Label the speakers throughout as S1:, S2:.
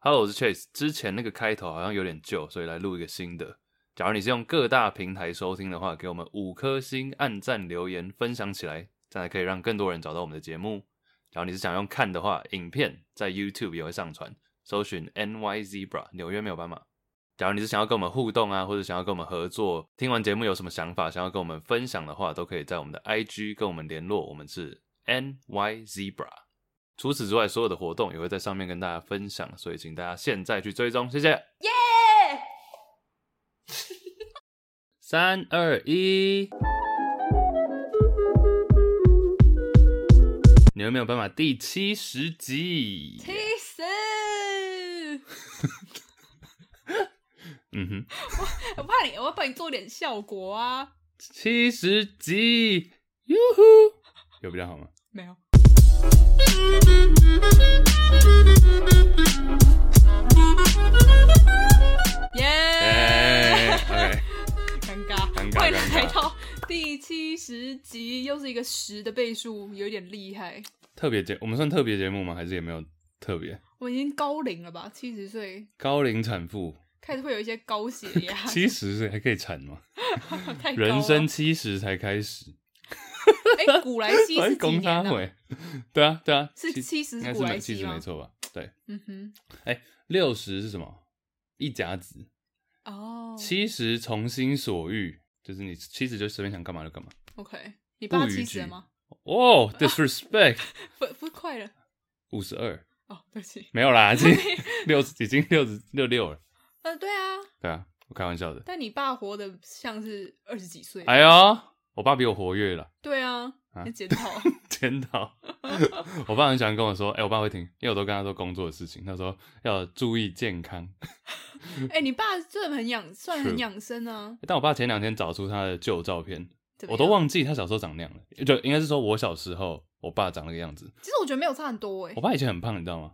S1: Hello，我是 Chase。之前那个开头好像有点旧，所以来录一个新的。假如你是用各大平台收听的话，给我们五颗星、按赞、留言、分享起来，这样才可以让更多人找到我们的节目。假如你是想用看的话，影片在 YouTube 也会上传，搜寻 NY Zebra 纽约没有斑马。假如你是想要跟我们互动啊，或者想要跟我们合作，听完节目有什么想法，想要跟我们分享的话，都可以在我们的 IG 跟我们联络，我们是 NY Zebra。除此之外，所有的活动也会在上面跟大家分享，所以请大家现在去追踪，谢谢。
S2: 耶、
S1: 三二一，你有没有办法？第七十集，
S2: 气死！
S1: 嗯哼，
S2: 我怕你，我要帮你做点效果啊。
S1: 七十集，哟呼，有比较好吗？
S2: 没有，耶、
S1: 哎、OK，
S2: 尴尬，
S1: 尴尬
S2: 欢迎来
S1: 尴尬
S2: 到第七十集，又是一个十的倍数，有点厉害。
S1: 特别节，我们算特别节目吗？还是也没有特别？
S2: 我已经高龄了吧？七十岁
S1: 高龄产 妇，
S2: 开始会有一些高血压
S1: 七十岁还可以产吗？
S2: 太高了
S1: 人生七十才开始，
S2: 哎、古来 稀是几
S1: 供他
S2: 年啊？
S1: 回，对啊，对啊，
S2: 是
S1: 七
S2: 七
S1: 应
S2: 十
S1: 该
S2: 古
S1: 是
S2: 来
S1: 没七
S2: 稀
S1: 十
S2: 吗
S1: 没？错吧？对，
S2: 嗯哼，
S1: 六十是什么？一甲子。
S2: 哦、
S1: 七十从心所欲，就是你七十就随便想干嘛就干嘛。
S2: o k 你
S1: 不
S2: 爸
S1: 逾
S2: 七
S1: 矩
S2: 十了 吗？
S1: 哦、d i s r e s p e c t
S2: 不不快了
S1: 五十二
S2: 哦，对不起。
S1: 没有啦，已 经六已经六十六六了。
S2: 呃，对啊，
S1: 对啊，我开玩笑的。
S2: 但你爸活得像是二十几岁。
S1: 哎呦，我爸比我活跃了，
S2: 对啊，
S1: 啊
S2: 你 检讨。
S1: 真 的。我爸很喜欢跟我说，哎、我爸会听，因为我都跟他说工作的事情。他说要注意健康，
S2: 哎、你爸真的很养，算很
S1: True
S2: 养生啊。
S1: 但我爸前两天找出他的旧照片，
S2: 怎么
S1: 我都
S2: 样。
S1: 忘记他小时候长那样了，就应该是说我小时候我爸长那个样子。
S2: 其实我觉得没有差很多哎、
S1: 我爸以前很胖，你知道吗？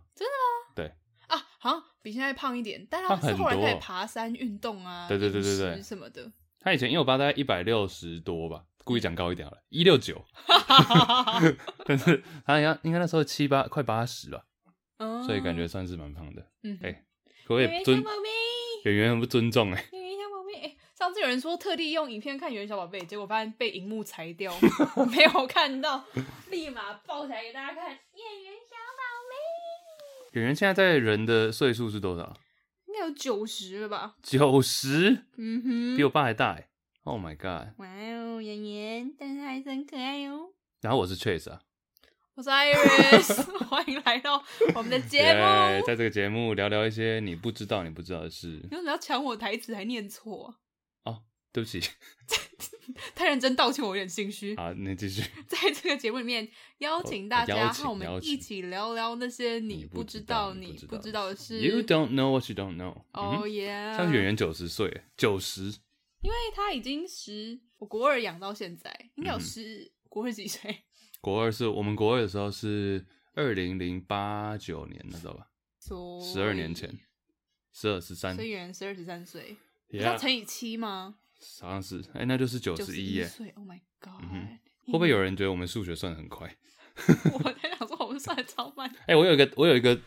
S2: 啊，好像比现在胖一点，但他
S1: 胖
S2: 是
S1: 很
S2: 后来
S1: 多
S2: 开始爬山运动啊，
S1: 对对对对对
S2: 饮食什么的。
S1: 他以前因为我爸大概一百六十多吧，故意讲高一点好了，一六九，但是他应该应该那时候七八快八十吧，
S2: 嗯
S1: 所以感觉算是蛮胖的。
S2: 嗯，
S1: 哎可我
S2: 圆
S1: 也
S2: 圆
S1: 尊
S2: 小宝贝，
S1: 演员很不尊重哎、欸，
S2: 圆圆小宝贝。哎、上次有人说特地用影片看圆圆小宝贝，结果发现被荧幕裁掉， 没有看到，立马抱起来给大家看。圆圆小宝
S1: 演员现在在人的岁数是多少？
S2: 贝，应该有九十了吧？
S1: 九十，
S2: 嗯哼
S1: 比我爸还大哎、Oh my god！
S2: 哇哦，圆圆，但是还是很可爱哦。
S1: 然后我是 Chase 啊，
S2: 我是 Iris，欢迎来到我们的节目。
S1: 耶在这个节目聊聊一些你不知道你不知道的事。
S2: 你为什么要抢我台词还念错啊、
S1: 对不起，
S2: 太认真道歉，我有点心虚。
S1: 好，你继续。
S2: 在这个节目里面，邀请大
S1: 邀
S2: 家
S1: 请
S2: 和我
S1: 邀
S2: 们
S1: 请
S2: 一起聊聊那些
S1: 你
S2: 你
S1: 不
S2: 不
S1: 知
S2: 知
S1: 道
S2: 道、
S1: 你
S2: 你
S1: 不
S2: 不
S1: 知
S2: 知
S1: 道
S2: 道的事。
S1: You don't know what you don't know 嗯
S2: 哦
S1: 哼
S2: 耶！
S1: 像演员九十岁，九十
S2: 因为他已经十，我国二养到现在，应该有
S1: 嗯
S2: 十，国二几岁？
S1: 国二是我们国二的时候是二零零八九年，那时候吧，
S2: 所
S1: 十二年
S2: 以
S1: 前，十二十三
S2: 所，以原十二十三岁，你知道
S1: Yeah，
S2: 乘以七吗？
S1: 好像是，哎、那就是九
S2: 九
S1: 十
S2: 十
S1: 一
S2: 一
S1: 耶。嗯
S2: 岁，Oh my God！、
S1: 哼会不会有人觉得我们数学算得很快？
S2: 我在想说，我们算的超慢。
S1: 哎、我有一个，我有一个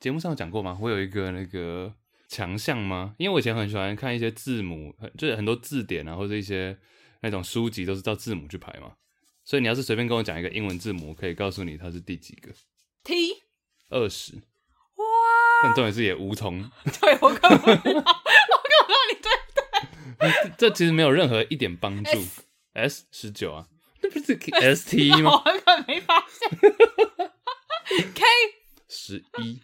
S1: 节目上有讲过吗？我有一个那个强项吗？因为我以前很喜欢看一些字母，很就是很多字典啊，或者一些那种书籍都是照字母去排嘛。所以你要是随便跟我讲一个英文字母，我可以告诉你它是第几个，
S2: T，
S1: 二十。
S2: 哇！
S1: 但重点是也无从
S2: 对我根本 不知道，我根本不知道你对
S1: 这其实没有任何一点帮助
S2: S。
S1: S 十九啊， 那不是 S T 吗？
S2: 我根本没发 现。K，
S1: 十一，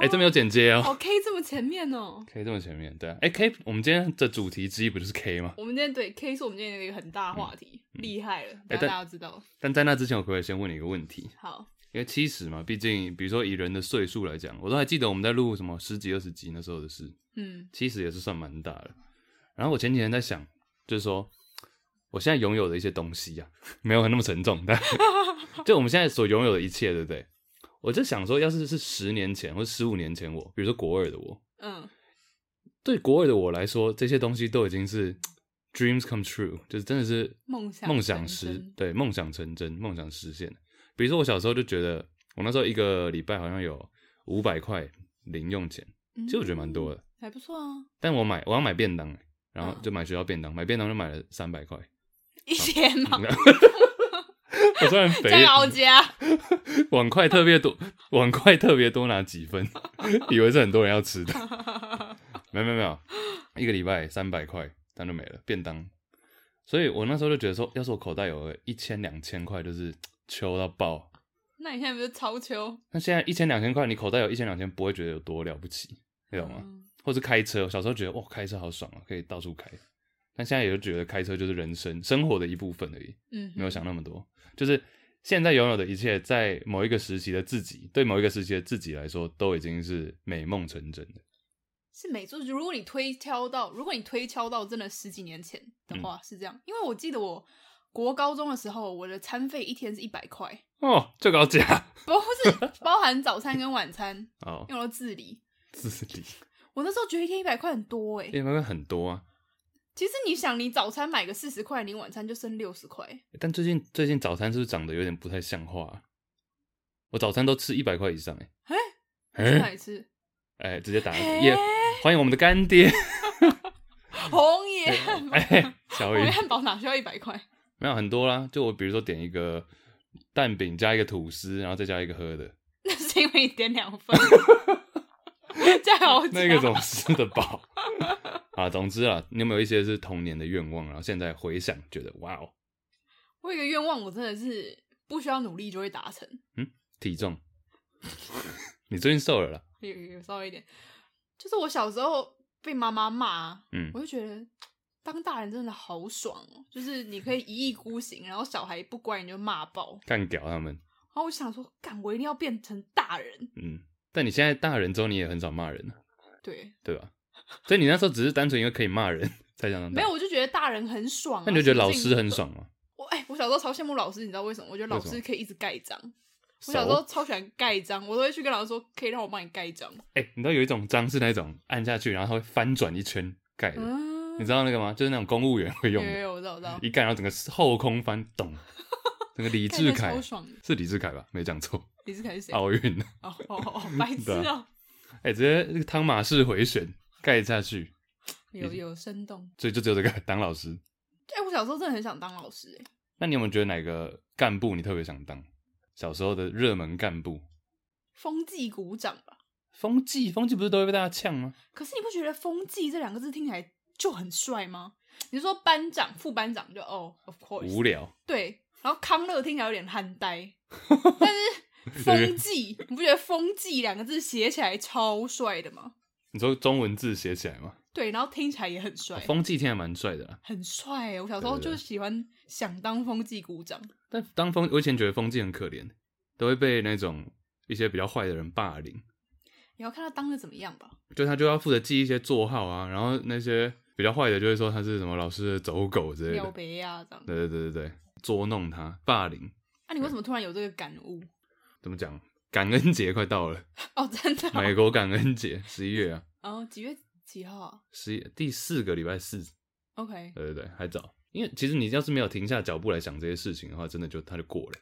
S1: 哎，
S2: 哎
S1: 这没有剪接哦。
S2: 哦 K 这么前面哦。
S1: K 这么前面，对啊，哎 K，我们今天的主题之一不就是 K 吗？
S2: 我们今天对 K 是我们今天的一个很大话题，厉害了，
S1: 哎
S2: 大
S1: 但
S2: 家大家知道。
S1: 但在那之前，我可不可以先问你一个问题？
S2: 好，
S1: 因为七十嘛，毕竟比如说以人的岁数来讲，我都还记得我们在录什么十几、二十集那时候的事，
S2: 嗯，
S1: 七十也是算蛮大的。然后我前几天在想，就是说我现在拥有的一些东西啊， 没有那么沉重，但 就我们现在所拥有的一切，对不对？我就想说，要是是十年前或十五年前我，比如说国二的我，
S2: 嗯，
S1: 对国二的我来说，这些东西都已经是 dreams come true，就是真的是
S2: 梦想
S1: 梦想
S2: 成
S1: 实
S2: 真
S1: 对梦想成真，梦想实现。比如说我小时候就觉得，我那时候一个礼拜好像有五百块零用钱，
S2: 嗯
S1: 其实我觉得蛮多的。
S2: 还不错啊，
S1: 但我买我要买便当、欸，然后
S2: 嗯
S1: 就买学校便当，买便当就买了三 百块。
S2: 一天嘛，
S1: 嗯 我虽然肥
S2: 在，老啊家，
S1: 碗筷特别多，碗筷特别多拿几 分，以为是很多人要吃的，没有没有没有，一个礼拜三百块，但就没了便当。所以我那时候就觉得说，要是我口袋有一千两千块，就是秋到爆。
S2: 那你现在不是超秋？
S1: 那现在一千两千块，你口袋有一千两千，不会觉得有多了不起，你懂吗？
S2: 嗯
S1: 或是开车，小时候觉得哇，开车好爽啊，可以到处开。但现在也就觉得开车就是人生生活的一部分而已，
S2: 嗯，
S1: 没有想那么多。就是现在拥有的一切，在某一个时期的自己，对某一个时期的自己来说，都已经是美梦成真的。
S2: 是没错。如果你推敲到，如果你推敲到真的十几年前
S1: 嗯
S2: 的话，是这样。因为我记得我国高中的时候，我的餐费一天是一百块，
S1: 哦，就搞假
S2: 不是 包含早餐跟晚餐，
S1: 哦，
S2: 因为我都自理。
S1: 自理，
S2: 我那时候觉得一天一百块很多哎、
S1: 因为很多啊。
S2: 其实你想，你早餐买个四十块，你晚餐就剩六十块。
S1: 但最近最近早餐是不是长得有点不太像话啊、我早餐都吃一百块以上哎、
S2: 哎、
S1: 欸，
S2: 去
S1: 哎、
S2: 哪里吃？
S1: 直接打
S2: 哎
S1: 也、欢迎我们的干爹
S2: 红爷汉堡，
S1: 哎、小
S2: 红
S1: 雨
S2: 爷。汉堡哪需要一百块？
S1: 没有很多啦，就我比如说点一个蛋饼加一个吐司，然后再加一个喝的，
S2: 那是因为你点两份， 这样好假
S1: 那个总吃得饱 啊。总之啊，你有没有一些是童年的愿望，然后现在回想觉得哇哦，
S2: 我有一个愿望，我真的是不需要努力就会达成，
S1: 体重， 你最近瘦了啦，
S2: 有有有稍微一点，就是我小时候被妈妈骂，啊
S1: 嗯
S2: 我就觉得当大人真的好爽哦，就是你可以一意孤行，然后小孩不乖你就骂爆，
S1: 干屌他们，
S2: 然后我就想说，干我一定要变成大人，
S1: 嗯。但你现在大人之后，你也很少骂人了，
S2: 对，
S1: 对吧？所以你那时候只是单纯因为可以骂人 才想当大
S2: 没有，我就觉得大人很爽、啊，
S1: 那你就觉得老
S2: 什么事
S1: 师
S2: 情
S1: 很爽吗？
S2: 我哎、我小时候超羡慕老师，你知道为什么？我觉得老
S1: 为什
S2: 师
S1: 么
S2: 可以一直盖章。我
S1: 熟
S2: 小时候超喜欢盖章，我都会去跟老师说，可以让我帮你盖章。
S1: 哎、你知道有一种章是那种按下去，然后它会翻转一圈盖的，
S2: 嗯
S1: 你，知道那个吗？就是那种公务员会
S2: 有
S1: 用的
S2: 有。有，我知道我知道，
S1: 一盖，然后整个后空翻，咚！整个李
S2: 盖
S1: 志
S2: 章
S1: 凯
S2: 超爽的。
S1: 是李志凯吧？没讲错，
S2: 你是凯是谁？哦
S1: 奥运的，
S2: 哦哦，白 痴
S1: 对
S2: 哦，
S1: 哎、直接那个汤马式回旋盖下去，
S2: 有有生动。
S1: 所以就只有这个当老师。
S2: 哎，我小时候真的很想当老师，哎，
S1: 那你有没有觉得哪个干部你特别想当？小时候的热门干部，
S2: 风纪鼓掌吧。
S1: 风纪，风纪不是都会被大家呛吗？
S2: 可是你不觉得“风纪”这两个字听起来就很帅吗？你说班长、副班长就哦，of course，
S1: 无聊，
S2: 对。然后康乐听起来有点憨 呆，但是风纪，你不觉得“风纪”两个字写起来超帅的吗？
S1: 你说中文字写起来吗？哦
S2: 对，然后听起来也很帅，
S1: 风纪听起来蛮帅的啦，
S2: 很帅欸。我小时候
S1: 对对
S2: 就
S1: 对
S2: 喜欢想当风纪鼓掌，
S1: 但当风，我以前觉得风纪很可怜，都会被那种一些比较坏的人霸凌。
S2: 你要看他当的怎么样吧。
S1: 就他就要负责记一些座号啊，然后那些比较坏的就会说他是什么老师的走狗之类
S2: 撩
S1: 的，
S2: 杯啊，这样。
S1: 对对对对对，捉弄他，霸凌，
S2: 那、你为什么突然有这个感悟？
S1: 怎么讲？感恩节快到了，
S2: 哦，真的哦、
S1: 美国感恩节十一月啊，
S2: 哦，几月几号啊
S1: 十一第四个礼拜四，
S2: ？OK，
S1: 对对对，还早。因为其实你要是没有停下脚步来想这些事情的话，真的就他就过了。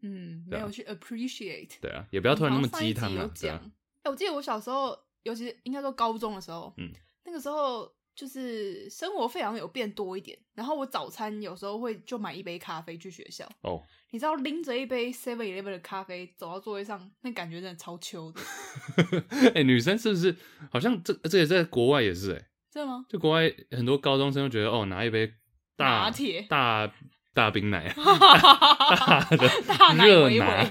S2: 嗯，
S1: 对
S2: 没
S1: 啊
S2: 有去 appreciate。
S1: 对啊，也不要突然那么
S2: 好像上一
S1: 鸡汤
S2: 集有
S1: 啊，对
S2: 讲，
S1: 啊，
S2: 哎、我记得我小时候，尤其是应该说高中的时候，
S1: 嗯，
S2: 那个时候就是生活费好像有变多一点，然后我早餐有时候会就买一杯咖啡去学校。
S1: 哦，
S2: 你知道拎着一杯 Seven Eleven 的咖啡走到座位上，那感觉真的超秋的，
S1: 哎、女生是不是好像这这也在国外也是哎、
S2: 真的吗？
S1: 就国外很多高中生都觉得哦，拿一杯大
S2: 拿铁
S1: 大大冰奶，啊
S2: 大
S1: 大
S2: 奶
S1: 热
S2: 回
S1: 拿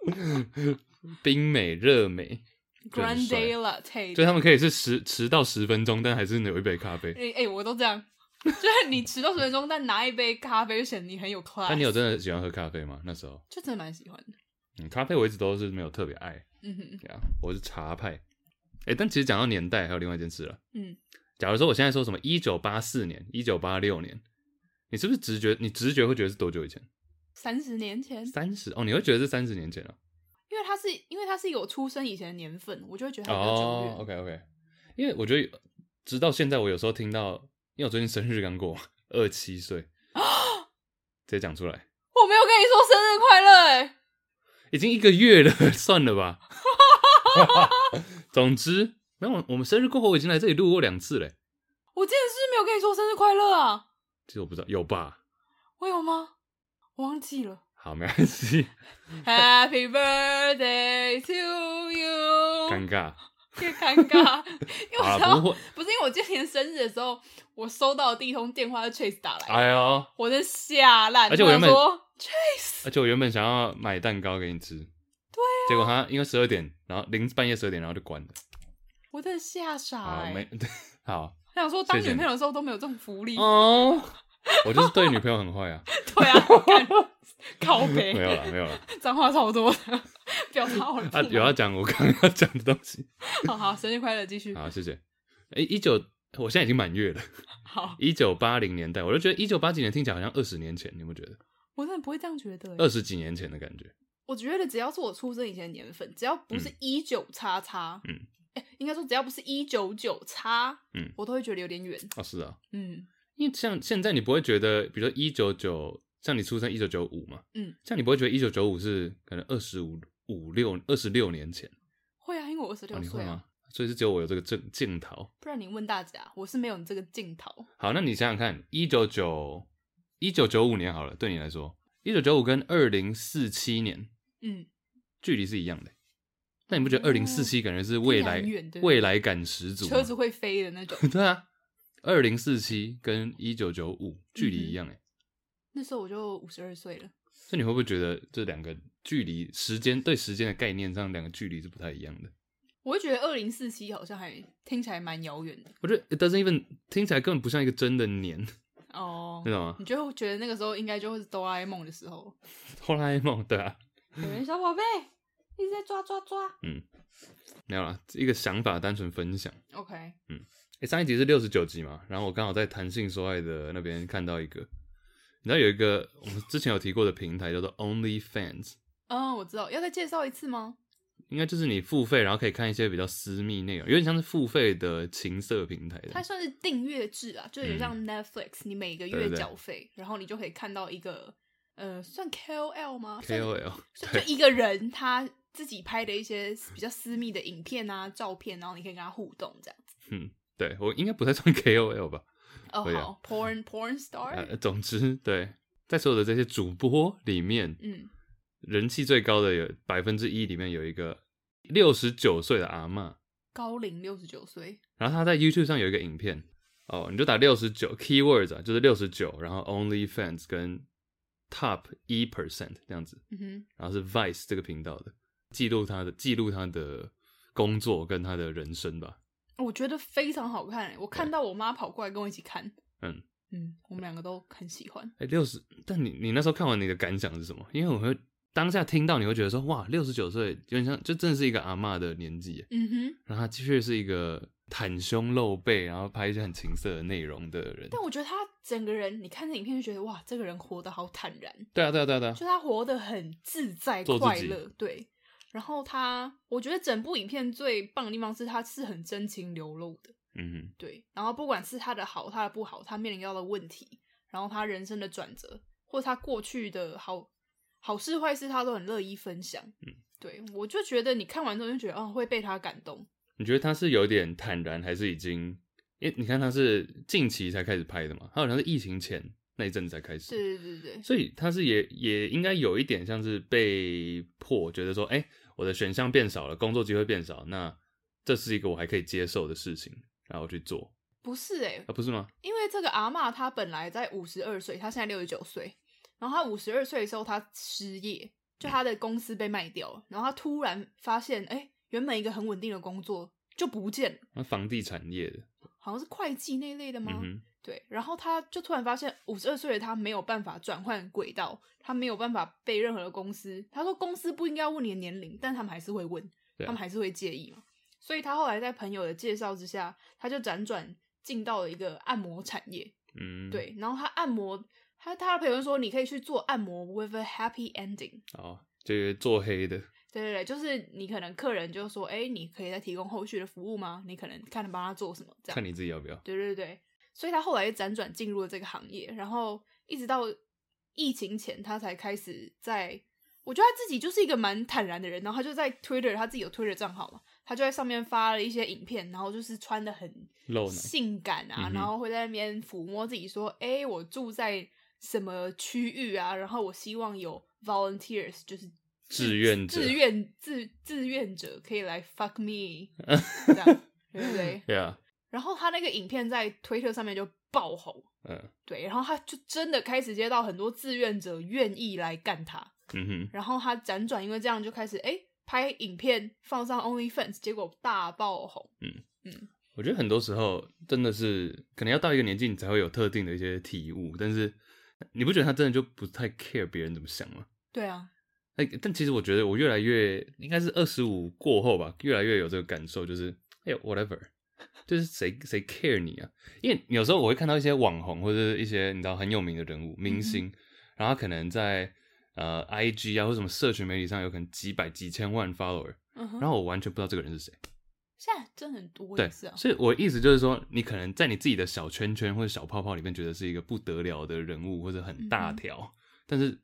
S2: 回，
S1: 冰美热美，
S2: ，Grande
S1: 就
S2: Latte，
S1: 就他们可以是十迟到十分钟，但还是有一杯咖啡。
S2: 哎、哎，我都这样， 就是你迟到十分钟，但拿一杯咖啡就显得你 很有 class。
S1: 那你有真的喜欢喝咖啡吗？那时候，
S2: 就真的蛮喜欢的。
S1: 嗯，咖啡我一直都是没有特别爱，
S2: 嗯哼，
S1: 对啊，我是茶派。哎、但其实讲到年代，还有另外一件事了。
S2: 嗯，
S1: 假如说我现在说什么一九八四年、一九八六年，你是不是直觉？你直觉会觉得是多久以前？
S2: 三十年前，
S1: 三十哦，你会觉得是三十年前了、
S2: 因为它是因为它是一个我出生以前的年份，我就会觉得它比较久
S1: 哦
S2: 远。
S1: ，OK OK，因为我觉得直到现在，我有时候听到，因为我最近生日刚过，二七 岁，直接讲出来，
S2: 我没有跟你说生日快乐哎、
S1: 已经一个月了，算了吧。总之，没有，我我们生日过后我已经来这里录过两次嘞。
S2: 我之前是不是没有跟你说生日快乐啊？
S1: 其实我不知道有吧？
S2: 我有吗？我忘记了。
S1: 好，没关系，
S2: Happy birthday to you，
S1: 尴尬。
S2: 越尴尬， 因为我
S1: 啊，
S2: 知道
S1: 不会，
S2: 不是因为我今年生日的时候，我收到的第一通电话是 Trace 打来的，
S1: 哎呦，
S2: 我真吓烂。
S1: 而且我原本
S2: 想说
S1: 而且我原本想要买蛋糕给你吃，对、结果他因为十二点，然后零半夜十二点，然后就关了。
S2: 我真的吓傻
S1: 好，
S2: 哎、
S1: 没 好
S2: 我想说当
S1: 谢谢
S2: 女朋友的时候都没有这种福利，
S1: 哦，我就是对女朋友很坏啊，
S2: 对啊， 干靠
S1: 没
S2: 北，
S1: 有啦，没有啦。
S2: 脏话超多的，表达我的不
S1: 啊，
S2: 满
S1: 有要讲我刚刚要讲的东西。
S2: 好好，生日快乐，继续。
S1: 好，谢谢。哎、一九，我现在已经满月了。
S2: 好，
S1: 一九八零年代，我就觉得一九八几年听起来好像二十年前，你们觉得？
S2: 我真的不会这样觉得、
S1: 二
S2: 欸。
S1: 十几年前的感觉。
S2: 我觉得只要是我出生以前的年份，只要不是一九叉叉，
S1: 嗯
S2: 欸，应该说只要不是一九九叉，
S1: 嗯
S2: 我都会觉得有点远。
S1: 哦，是啊，
S2: 嗯，
S1: 因为像现在你不会觉得，比如说一九九，像你出生一九九五嘛，
S2: 嗯，
S1: 像你不会觉得一九九五是可能二十五五六二十六年前
S2: 会啊，因为我二十
S1: 哦，
S2: 六
S1: 你
S2: 岁
S1: 会
S2: 啊。
S1: 吗？所以是只有我有这个镜镜头。
S2: 不然你问大家，我是没有你这个镜头。
S1: 好，那你想想看，一九九一九九五年好了，对你来说，一九九五跟二零四七年
S2: 嗯，哦
S1: 距离是一样的，但你不觉得二零四七感觉是未来
S2: 听起来很远对
S1: 未来感十足吗？
S2: 车子会飞 的那种。
S1: 对啊，二零四七跟一九九五距离一样哎、
S2: 那时候我就五十二岁了，
S1: 所以你会不会觉得这两个距离时间对时间的概念上，两个距离是不太一样的？
S2: 我会觉得二零四七好像还听起来蛮遥远的
S1: 我觉得 it doesn't even 听起来根本不像一个真的年， 你
S2: 哦。
S1: 知道吗？
S2: 你就会觉得那个时候应该就会是哆啦 A 梦的时候，
S1: 哆啦 A 梦对啊，
S2: 有人小宝贝一直在抓抓抓。
S1: 没有啦，一个想法单纯分享。
S2: OK，
S1: 欸，上一集是六十九集嘛，然后我刚好在谈性说爱的那边看到一个，你知道有一个我们之前有提过的平台叫做 OnlyFans，
S2: 嗯，我知道，要再介绍一次吗？
S1: 应该就是你付费然后可以看一些比较私密内容，有点像是付费的情色平台
S2: 它
S1: 的。
S2: 算是订阅制啊，就有点像 Netflix，、你每个
S1: 嗯对对
S2: 月
S1: 对
S2: 缴费，然后你就可以看到一个呃，算 KOL 吗哦算
S1: KOL
S2: 就就
S1: 对
S2: 一个人他自己拍的一些比较私密的影片啊、照片，然后你可以跟他互动这样子。
S1: 对，我应该不太算 KOL 吧，
S2: 哦，
S1: 对啊
S2: 好，porn porn star，、
S1: 呃，总之对，在所有的这些主播里面，
S2: 嗯，
S1: 人气最高的有百分之一里面有一个六十九岁的阿嬷，
S2: 高龄六十九岁，
S1: 然后他在 YouTube 上有一个影片哦，你就打六十九 keywords 啊，就是六十九，然后 OnlyFans 跟 Top 一 percent 这样子，
S2: 嗯哼，
S1: 然后是 Vice 这个频道的，记录他的记录他的工作跟他的人生吧。
S2: 我觉得非常好看、欸，我看到我妈跑过来跟我一起看，
S1: 嗯
S2: 嗯，我们两个都很喜欢。
S1: 哎，六十，但你你那时候看完你的感想是什么？因为我会当下听到你会觉得说，哇，六十九岁有点像，就真的是一个阿嬷的年纪耶，
S2: 嗯哼，
S1: 然后他的确是一个袒胸露背，然后拍一些很情色的内容的人。
S2: 但我觉得他整个人，你看这影片就觉得哇，这个人活得好坦然，
S1: 对啊，对啊，对啊，对啊
S2: 就，他活得很自在、
S1: 做自
S2: 快
S1: 己
S2: 乐，对。然后他，我觉得整部影片最棒的地方是，他是很真情流露的，
S1: 嗯哼，
S2: 对。然后不管是他的好，他的不好，他面临到的问题，然后他人生的转折，或者他过去的好好事坏事，他都很乐意分享。嗯，对，我就觉得你看完之后就觉得，哦，会被他感动。
S1: 你觉得他是有点坦然，还是已经？因为你看他是近期才开始拍的嘛，他好像是疫情前那一阵子才开始，
S2: 对对对对，
S1: 所以他是也也应该有一点像是被迫觉得说，哎、我的选项变少了，工作机会变少，那这是一个我还可以接受的事情，然后去做
S2: 不是诶、
S1: 啊，不是吗？
S2: 因为这个阿嬷她本来在五十二岁，她现在六十九岁，然后她五十二岁的时候她失业，就她的公司被卖掉了，然后她突然发现，哎、原本一个很稳定的工作就不见了，
S1: 那房地产业的，
S2: 好像是会计那类的吗？
S1: 嗯哼，
S2: 对，然后她就突然发现，五十二岁的她没有办法转换轨道，她没有办法被任何的公司。她说公司不应该要问你的年龄，但他们还是会问，
S1: 对啊
S2: 他们还是会介意嘛。所以她后来在朋友的介绍之下，她就辗转进到了一个按摩产业。
S1: 嗯，，
S2: 对，然后他按摩，他他的朋友说你可以去做按摩 with a happy ending。
S1: 好，就是做黑的，
S2: 对对对，就是你可能客人就说，哎，你可以再提供后续的服务吗？你可能看帮他做什么这
S1: 看
S2: 样。
S1: 你自己要不要。
S2: 对对对，所以他后来辗转进入了这个行业，然后一直到疫情前，他才开始在。我觉得他自己就是一个蛮坦然的人，然后他就在 Twitter，他自己有 Twitter 账号嘛，他就在上面发了一些影片，然后就是穿的很
S1: 露奶
S2: 性感
S1: 嗯
S2: 啊，
S1: 哼
S2: 然后会在那边抚摸自己说：“哎、我住在什么区域啊？然后我希望有 volunteers，就是
S1: 志愿者
S2: 志愿志志愿者可以来 fuck me，这样对不对？
S1: ，Yeah，
S2: 然后他那个影片在推特上面就爆红，
S1: 嗯
S2: 对，然后他就真的开始接到很多志愿者愿意来干他，
S1: 嗯哼，
S2: 然后他辗转因为这样就开始哎、诶拍影片放上 OnlyFans，结果大爆红。
S1: 我觉得很多时候真的是可能要到一个年纪，你才会有特定的一些体悟，但是你不觉得他真的就不太 care 别人怎么想吗？
S2: 对啊，
S1: 哎、但其实我觉得我越来越应该是二十五过后吧，越来越有这个感受，就是哎、呦 whatever，就是 谁谁 care 你啊？因为有时候我会看到一些网红或者是一些你知道很有名的人物明星，然后他可能在呃 IG 啊或者什么社群媒体上有可能几百几千万 follower，
S2: 嗯哼，
S1: 然后我完全不知道这个人是谁。
S2: 现在真的很多
S1: 对，
S2: 也是啊，
S1: 所以我意思就是说，你可能在你自己的小圈圈或者小泡泡里面，觉得是一个不得了的人物或者很大条，但是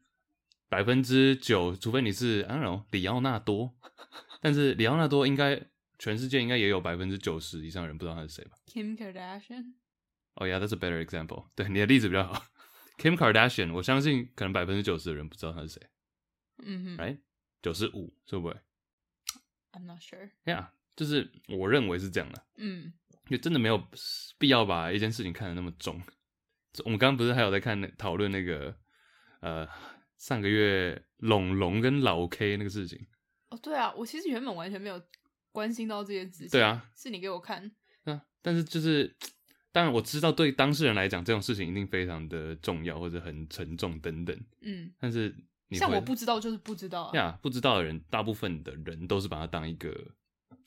S1: 百分之九，除非你是 I don't know 里奥纳多，但是里奥纳多应该全世界应该也有百分之九十以上的人不知道他是谁吧？
S2: Kim Kardashian，
S1: 哦、y e a h that's a better example 对。你的例子比较好。Kim Kardashian，我相信可能百分之九十的人不知道他是谁
S2: 嗯哼
S1: ，right？九十五是不会
S2: ，I'm not sure，
S1: ？Yeah，就是我认为是这样的。
S2: 嗯，
S1: 也真的没有必要把一件事情看得那么重。这我们刚刚不是还有在看那讨论那个呃上个月龙龙跟老 K 那个事情？
S2: 哦对啊，我其实原本完全没有关心到这件事情，
S1: 对，啊，
S2: 是你给我看，
S1: 对啊。但是就是，当然我知道对当事人来讲这种事情一定非常的重要或者很沉重等等，
S2: 嗯，
S1: 但是你
S2: 像
S1: 会
S2: 我不知道就是不知道啊，
S1: 呀不知道的人，大部分的人都是把它当一个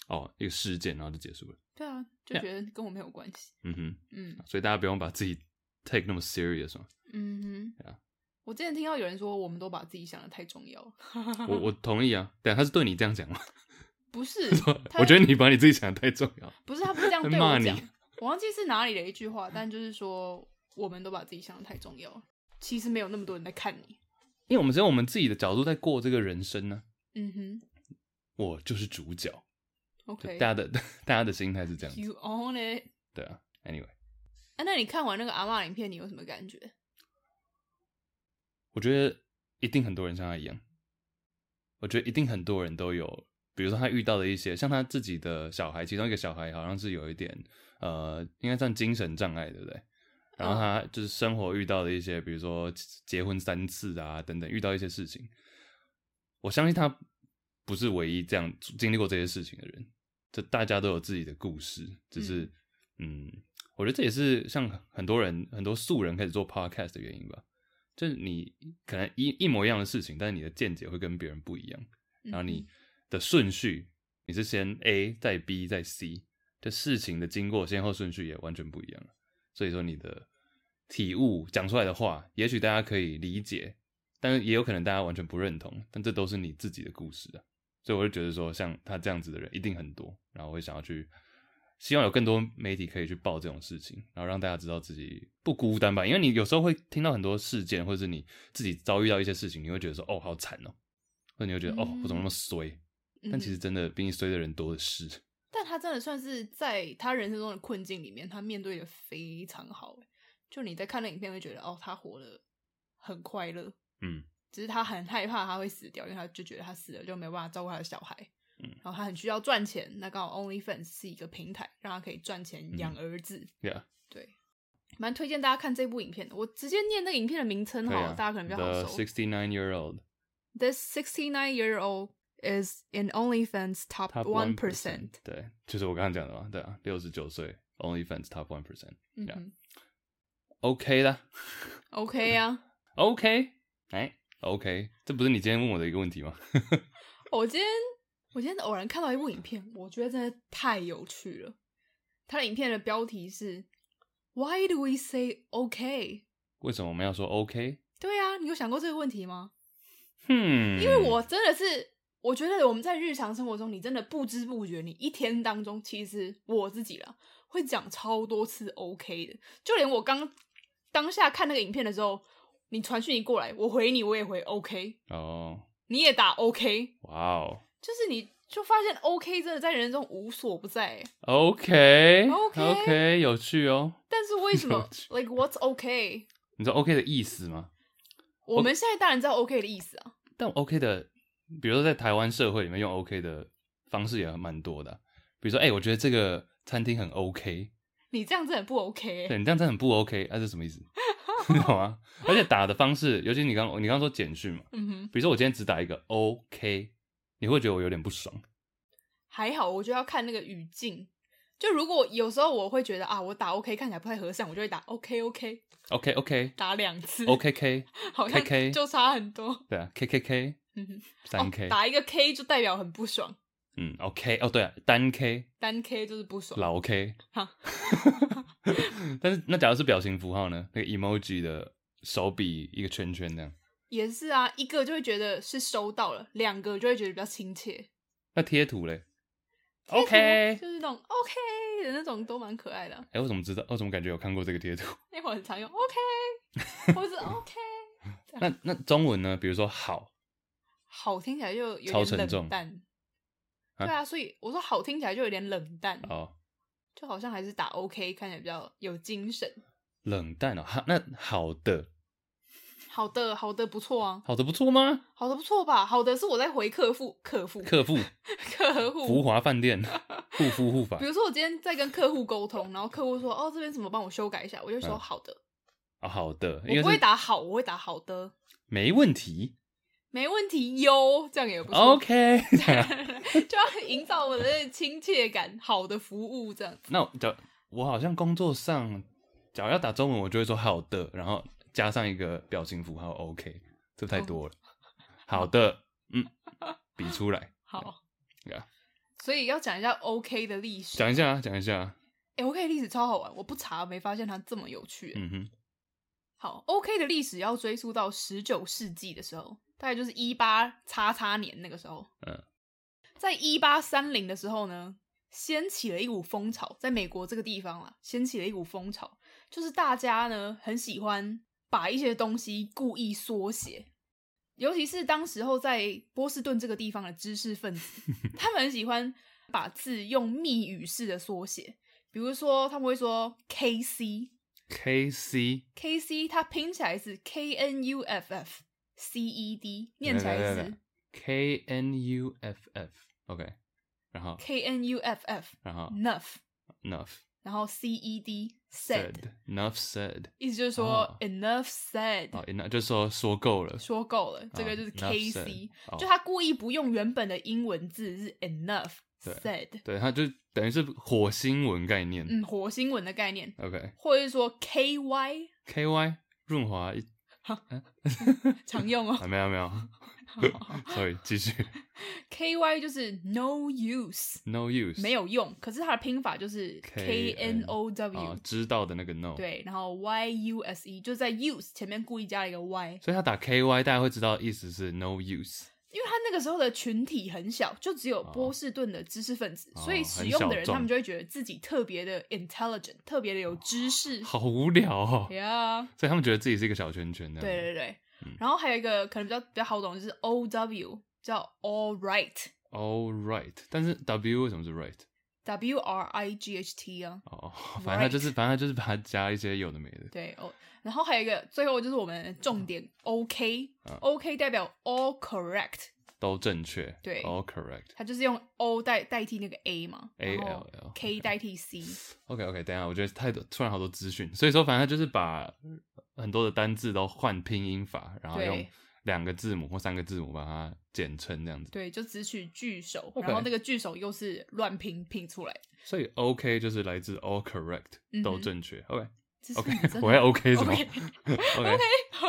S1: 哦一个事件，然后就结束了。
S2: 对啊，就觉得跟我没有关系，
S1: 嗯哼，
S2: 嗯
S1: 所以大家不用把自己 take 那么 serious 嘛。
S2: 嗯
S1: 对
S2: 哼
S1: 啊，
S2: 我之前听到有人说我们都把自己想的太重要 了，
S1: 我我同意啊，但他是对你这样讲吗？，
S2: 不是
S1: 我觉得你把你自己想的太重要。
S2: 不是他不是这样对
S1: 骂
S2: 我
S1: 你
S2: 讲，我忘记是哪里的一句话，但就是说我们都把自己想的太重要了，其实没有那么多人在看你。
S1: 因为我们只有我们自己的角度在过这个人生呢、
S2: 嗯哼
S1: 我就是主角，就
S2: ，OK，
S1: 大家的 大家的心态是这样子，
S2: You own it。
S1: 对啊。Anyway，
S2: 啊，那你看完那个阿嬷影片，你有什么感觉？嗯
S1: 我觉得一定很多人像他一样，我觉得一定很多人都有，比如说他遇到的一些，像他自己的小孩，其中一个小孩好像是有一点呃，应该算精神障碍，对不对？然后他就是生活遇到的一些，比如说结婚三次啊等等，遇到一些事情，我相信他不是唯一这样经历过这些事情的人，这大家都有自己的故事，只是嗯我觉得这也是像很多人很多素人开始做 podcast 的原因吧，就是你可能一一模一样的事情，但是你的见解会跟别人不一样，然
S2: 嗯
S1: 后你的顺序你是先 A 再 B 再 C，这事情的经过先后顺序也完全不一样了。所以说你的体悟讲出来的话，也许大家可以理解，但是也有可能大家完全不认同，但这都是你自己的故事啊。所以我就觉得说，像他这样子的人一定很多，然后我会想要去，希望有更多媒体可以去报这种事情，然后让大家知道自己不孤单吧。因为你有时候会听到很多事件，或者是你自己遭遇到一些事情，你会觉得说，哦，好惨哦，或者你会觉得，哦，我怎么那么衰？
S2: 嗯哼，
S1: 但其实
S2: 嗯哼，
S1: 真的比你衰的人多的是。
S2: 但他真的算是在他人生中的困境里面，他面对的非常好。欸就你在看那影片会觉得，哦，他活得很快乐，
S1: 嗯，
S2: 只是他很害怕他会死掉，因为他就觉得他死了就没有办法照顾他的小孩。
S1: 嗯
S2: 然后他很需要赚钱，那刚好 OnlyFans 是一个平台，让他可以赚
S1: 嗯
S2: 钱养儿子。
S1: Yeah，
S2: 对，蛮推荐大家看这部影片的。我直接念那个影片的名称好
S1: 对
S2: 了，
S1: 啊
S2: 大家可能比较好
S1: The
S2: 搜。
S1: sixty-nine year old
S2: This 69-year-old is in OnlyFans top
S1: top
S2: one
S1: one
S2: percent。
S1: 对，就是我刚刚讲的嘛，对啊，六十九岁 OnlyFans top one percent，OK
S2: 嗯
S1: Yeah
S2: 哼
S1: 啦
S2: ，OK 啊。
S1: ，OK，哎，OK，这不是你今天问我的一个问题吗？
S2: 哦我今天我今天偶然看到一部影片，我觉得真的太有趣了。它的影片的标题是 “Why do we say OK？”
S1: 为什么我们要说 OK？
S2: 对啊，你有想过这个问题吗？
S1: 哼，
S2: 因为我真的是，我觉得我们在日常生活中，你真的不知不觉，你一天当中，其实我自己啦，会讲超多次 OK 的，就连我刚当下看那个影片的时候，你传讯息过来，我回你，我也回 OK，
S1: 哦，
S2: 你也打 OK，
S1: 哇哦，
S2: 就是你就发现 OK 真的在人中无所不在欸。
S1: OK
S2: OK
S1: OK，有趣哦。
S2: 但是为什么
S1: 了解
S2: ？Like what's OK？
S1: 你知道 OK 的意思吗？
S2: 我们现在当然知道 OK 的意思啊。
S1: 但 OK 的，比如说在台湾社会里面用 OK 的方式也蛮多的啊、比如说，哎、我觉得这个餐厅很 OK，
S2: 你这样真的不 OK 欸。
S1: 对你这样真的很不 OK，那、啊、这是什么意 思？你懂吗？而且打的方式，尤其你刚你刚刚说简讯嘛，
S2: 嗯哼，
S1: 比如说我今天只打一个 OK，你会觉得我有点不爽。
S2: 还好，我就要看那个语境。就如果有时候我会觉得啊，我打 OK 看起来不太和善，我就会打 OK OK
S1: OK OK
S2: 打两次
S1: OK K，
S2: 好像
S1: KK
S2: 就差很多。
S1: 对啊，K K K
S2: 嗯哼，
S1: 三 K，、
S2: 哦打一个 K 就代表很不爽，
S1: 嗯 OK 哦对啊，单 K
S2: 单 K 就是不爽。
S1: 老 K
S2: 哈。
S1: 但是那假如是表情符号呢？那个 emoji 的手比一个圈圈那样，
S2: 也是啊，一个就会觉得是收到了，两个就会觉得比较亲切。
S1: 那贴图嘞
S2: 贴
S1: ？OK
S2: 图就是那种 OK 的那种都蛮可爱的啊。
S1: 哎、我怎么知道？我怎么感觉有看过这个贴图？
S2: 那会儿很常用 OK，或者是 OK，
S1: 那那中文呢？比如说好，
S2: 好听起来就有
S1: 超
S2: 点
S1: 沉
S2: 冷
S1: 重
S2: 淡。
S1: 啊
S2: 对啊，所以我说好听起来就有点冷淡，
S1: 哦，
S2: 就好像还是打 OK 看起来比较有精神。
S1: 冷淡哦，哈，那好的，
S2: 好的，好的，不错啊，
S1: 好的不错 吗？
S2: 好的不错吧？好的是我在回客户，客户，
S1: 客户
S2: 客
S1: 福
S2: 户。
S1: 华饭 店，护肤护法
S2: 比如说我今天在跟客户沟通，然后客户说哦这边怎么帮我修改一下，我就说
S1: 嗯
S2: 好的，
S1: 哦，好的，
S2: 我
S1: 应
S2: 不
S1: 该
S2: 会
S1: 是
S2: 打好，我会打好的。
S1: 没问题。
S2: 没问题哟，这样也不错。
S1: OK，
S2: 就要营造我的亲切感，好的服务这样。
S1: 那我假我好像工作上，假如要打中文，我就会说好的，然后加上一个表情符号 OK，这太多
S2: 哦
S1: 了。好的，嗯，比出来，
S2: 好
S1: 嗯 Yeah
S2: 所以要讲一下 OK 的历史。
S1: 讲一下啊，讲一下啊，
S2: 哎、o k 的历史超好玩，我不查没发现它这么有趣。
S1: 嗯哼，
S2: 好，OK 的历史要追溯到十九世纪的时候，大概就是一八叉叉年那个时候。
S1: 嗯，
S2: 在一八三零的时候呢，掀起了一股风潮，在美国这个地方啦，掀起了一股风潮，就是大家呢很喜欢把一些东西故意缩写。尤其是当时候在波士顿这个地方的知识分子，他们很喜欢把字用密语式的缩写，比如说他们会说 KC，
S1: KC
S2: K C 它拼起来是 K N U F F C E D，念起来
S1: 来来来
S2: 是
S1: 来 K N U F F OK，然后
S2: K N U F F
S1: 然后
S2: Nuff，
S1: enough
S2: 然后 C E D said，
S1: enough said
S2: 意思就是说
S1: 哦
S2: enough said，
S1: 啊，enough 就是说说够了，啊
S2: 说够了，嗯 这个就是
S1: enough
S2: K
S1: said
S2: C，
S1: 哦
S2: 就他故意不用原本的英文字是 enough
S1: 对
S2: said，
S1: 对，它就等于是火星文概念。
S2: 嗯，火星文的概念，
S1: OK
S2: 或者是说 K Y
S1: K Y 润滑一
S2: 常用哦
S1: 啊，没有没有 ，sorry，继续。
S2: ，K Y 就是 no use，
S1: No use，
S2: 没有用，可是它的拼法就是 K
S1: K
S2: N
S1: N
S2: O
S1: 啊
S2: W，，
S1: 知道的那个 no。，
S2: 对，然后 y u s e 就在 use 前面故意加了一个 y，
S1: 所以他打 K Y，大家会知道意思是 no use，
S2: 因为他那个时候的群体很小，就只有
S1: 哦
S2: 波士顿的知识分子，
S1: 哦
S2: 所以使用的人
S1: 很小众
S2: 他们就会觉得自己特别的 intelligent，特别的有知识。
S1: 好无聊哦。
S2: 呀、
S1: 所以他们觉得自己是一个小圈圈的。
S2: 对对对。
S1: 嗯
S2: 然后还有一个可能比较比较好懂，就是 o w 叫 all right，w
S1: ，All right，但是 W 为什么是 right？
S2: r i g h t 啊，
S1: 哦，反正他就是，反正他就是把它加一些有的没的。
S2: 对哦。然后还有一个最后就是我们的重点 OK，OK、
S1: 嗯
S2: OK 代表 all correct，
S1: 都正确，
S2: 对
S1: ，all correct。
S2: 它就是用 O 代代替那个 A 嘛
S1: A
S2: 然后
S1: L L
S2: K 代替 C，
S1: OK OK，等一下，我觉得太多，突然好多资讯，所以说反正就是把很多的单字都换拼音法，然后
S2: 对
S1: 用两个字母或三个字母把它简称这样子。
S2: 对，就只取句首
S1: OK
S2: 然后那个句首又是乱拼拼出来的，
S1: 所以 OK 就是来自 all correct，、
S2: 嗯哼
S1: 都正确。OK
S2: 这是
S1: OK，
S2: 你真的
S1: 我要 OK 什么
S2: OK
S1: OK，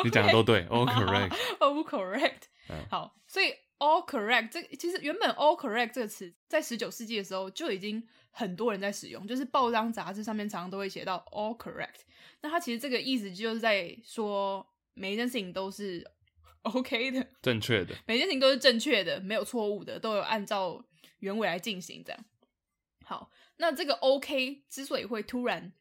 S1: 你讲的都 对，all correct。
S2: all correct，
S1: 嗯
S2: 好，所以 all correct 这其实原本 all correct 这个词在十九世纪的时候就已经很多人在使用，就是报章杂志上面常常都会写到 all correct。那它其实这个意思就是在说每一件事情都是 OK 的，
S1: 正确的，
S2: 每件事情都是正确的，没有错误的，都有按照原委来进行。这样好，那这个 OK 之所以会突然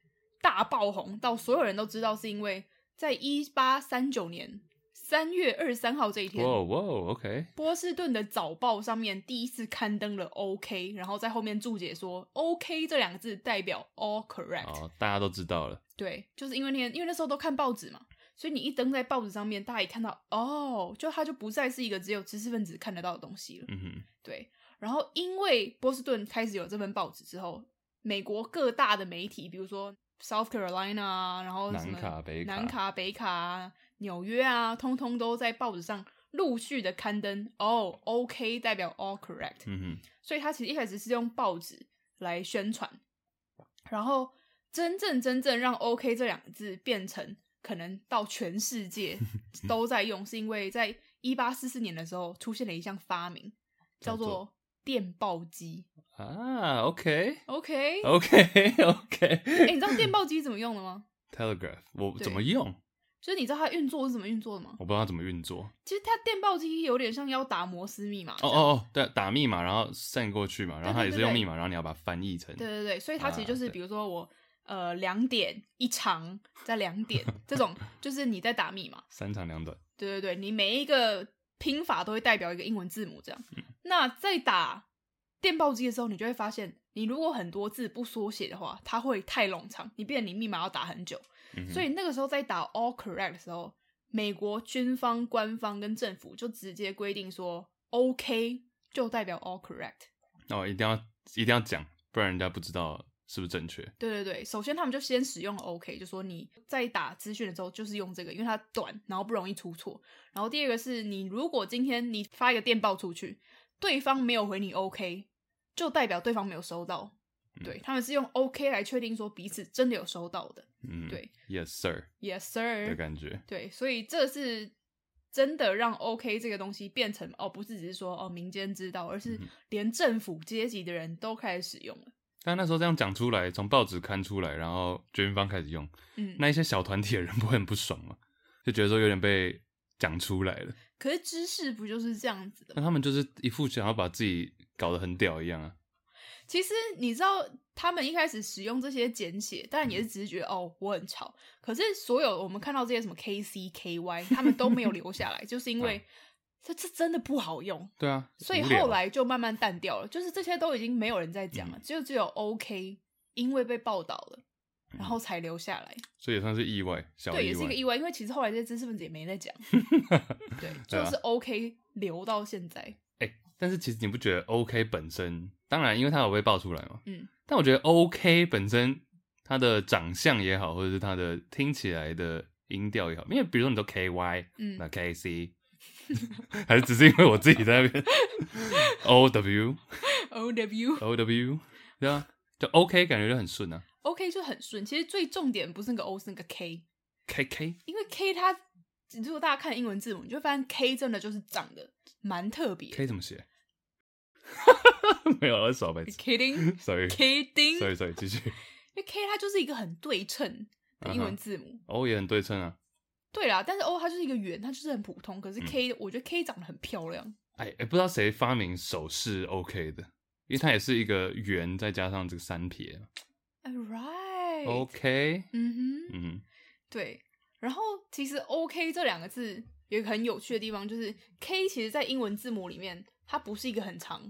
S2: 大爆红到所有人都知道，是因为在一八三九年三月二十三号这一 天，
S1: 哇哦哇，OK，
S2: 波士顿的早报上面第一次刊登了 OK，然后在后面注解说 OK 这两个字代表 all correct，、
S1: 哦，大家都知道了，
S2: 对，就是因为那天，因为那时候都看报纸嘛，所以你一登在报纸上面，大家一看到哦，就它就不再是一个只有知识分子看得到的东西了。
S1: 嗯哼，
S2: 对，然后因为波士顿开始有这份报纸之后，美国各大的媒体，比如说 South Carolina 啊，然后什么
S1: 南卡北卡
S2: 南卡、北卡啊、纽约啊，通通都在报纸上陆续的刊登哦，OK 代表 all correct，、
S1: 嗯 哼，
S2: 所以他其实一开始是用报纸来宣传，然后真正真正让 OK 这两个字变成可能到全世 界都在用，是因为在一八四四年的时候出现了一项发明，
S1: 叫
S2: 叫
S1: 做
S2: 做电报机。
S1: 啊，OK，OK，OK，OK。
S2: OK，哎、
S1: 哦
S2: 你知道电报机怎么用的吗？
S1: Telegraph，我
S2: 对
S1: 怎么用？
S2: 就是你知道它运作是怎么运作的吗？
S1: 我不知道它怎么运作。
S2: 其实它电报机有点像要打摩斯密码这
S1: 哦
S2: 样。
S1: 哦哦，对，打密码然后 send 过去嘛，然后它也是
S2: 对对
S1: 用
S2: 对
S1: 密码，然后你要把它翻译成。
S2: 对对对，所以它其实就
S1: 啊
S2: 是，
S1: 对
S2: 比如说我、呃两点一长，在两点这种，就是你在打密码。
S1: 三长两短。
S2: 对对对，你每一个拼法都会代表一个英文字母这样。那在打电报机的时候，你就会发现，你如果很多字不缩写的话，它会太冗长，你变成你密码要打很久。
S1: 嗯哼
S2: 所以那个时候在打 all correct 的时候，美国军方、官方跟政府就直接规定说，OK 就代表 all correct。
S1: 那我一定要一定要讲，不然人家不知道是不是正确。
S2: 对对对，首先他们就先使用了 OK，就说你在打资讯的时候就是用这个，因为它短，然后不容易出错。然后第二个是你如果今天你发一个电报出去，对方没有回你 OK，就代表对方没有收到。对，他们是用 OK 来确定说彼此真的有收到的。
S1: 嗯，
S2: 对
S1: ，Yes sir
S2: Yes
S1: 的
S2: sir。
S1: 感觉。
S2: 对，所以这是真的让 OK 这个东西变成哦，不是只是说哦民间知道，而是连政府阶级的人都开始使用了。
S1: 但那时候这样讲出来，从报纸刊出来，然后军方开始用，
S2: 嗯，
S1: 那一些小团体的人 不会很不爽吗？就觉得说有点被讲出来了。
S2: 可是知识不就是这样子的吗
S1: 那？他们就是一副想要把自己搞得很屌一样啊。
S2: 其实你知道，他们一开始使用这些简写，当然
S1: 嗯
S2: 也是只是觉得哦，我很潮。可是所有我们看到这些什么 K C K Y，他们都没有留下来，就是因 为这这真的不好用，
S1: 对啊，
S2: 所以
S1: 嗯无聊嗯
S2: 后来就慢慢淡掉了。就是这些都已经没有人在讲了，就只有 O、k 因为被报道了，然后才留下来。
S1: 所以也算是意外，嗯小
S2: 对，也
S1: 意
S2: 是一
S1: 外
S2: 个。意外，因为其实后来这些知识分子也没在 讲。对，
S1: 对啊
S2: 就是 O、k 留到 现在。
S1: 哎、但是其实你不觉得 OK 本身，当然因为它有被爆出来嘛，
S2: 嗯，
S1: 但我觉得 OK 本身它的长相也好，或者是它的听起来的音调也好，因为比如说你都 KY，
S2: 嗯
S1: 那 KC，还是只是因为我自己在那 边 OW
S2: O W
S1: OW，对啊，就 OK 感觉就很顺啊
S2: OK 就很顺，其实最重点不是那个 O，是那个 K。
S1: ，KK
S2: 因为 K 它，如果大家看英文字母，你就会发现 K 真的就是长得蛮特别。
S1: K 怎么写？ 没有，我在耍白
S2: You
S1: 痴
S2: kidding
S1: ，sorry
S2: kidding，
S1: sorry
S2: 因
S1: sorry，继续
S2: 为 K 它就是一个很对称的英
S1: 嗯
S2: 文
S1: 哼
S2: 字母。
S1: ，O 也很对称啊，
S2: 对啦，但是 O 它就是一个圆，它就是很普通。可
S1: 嗯
S2: 是 K，、我觉得 K 长得很漂亮。
S1: 哎、哎，不知道谁发明手势 OK 的，因为它也是一个圆，再加上这个三撇
S2: All Right，、
S1: ，OK，
S2: 嗯哼，
S1: 嗯
S2: 对。然后其实 OK 这两个字有一个很有趣的地方，就是 K 其实在英文字母里面，它不是一个很常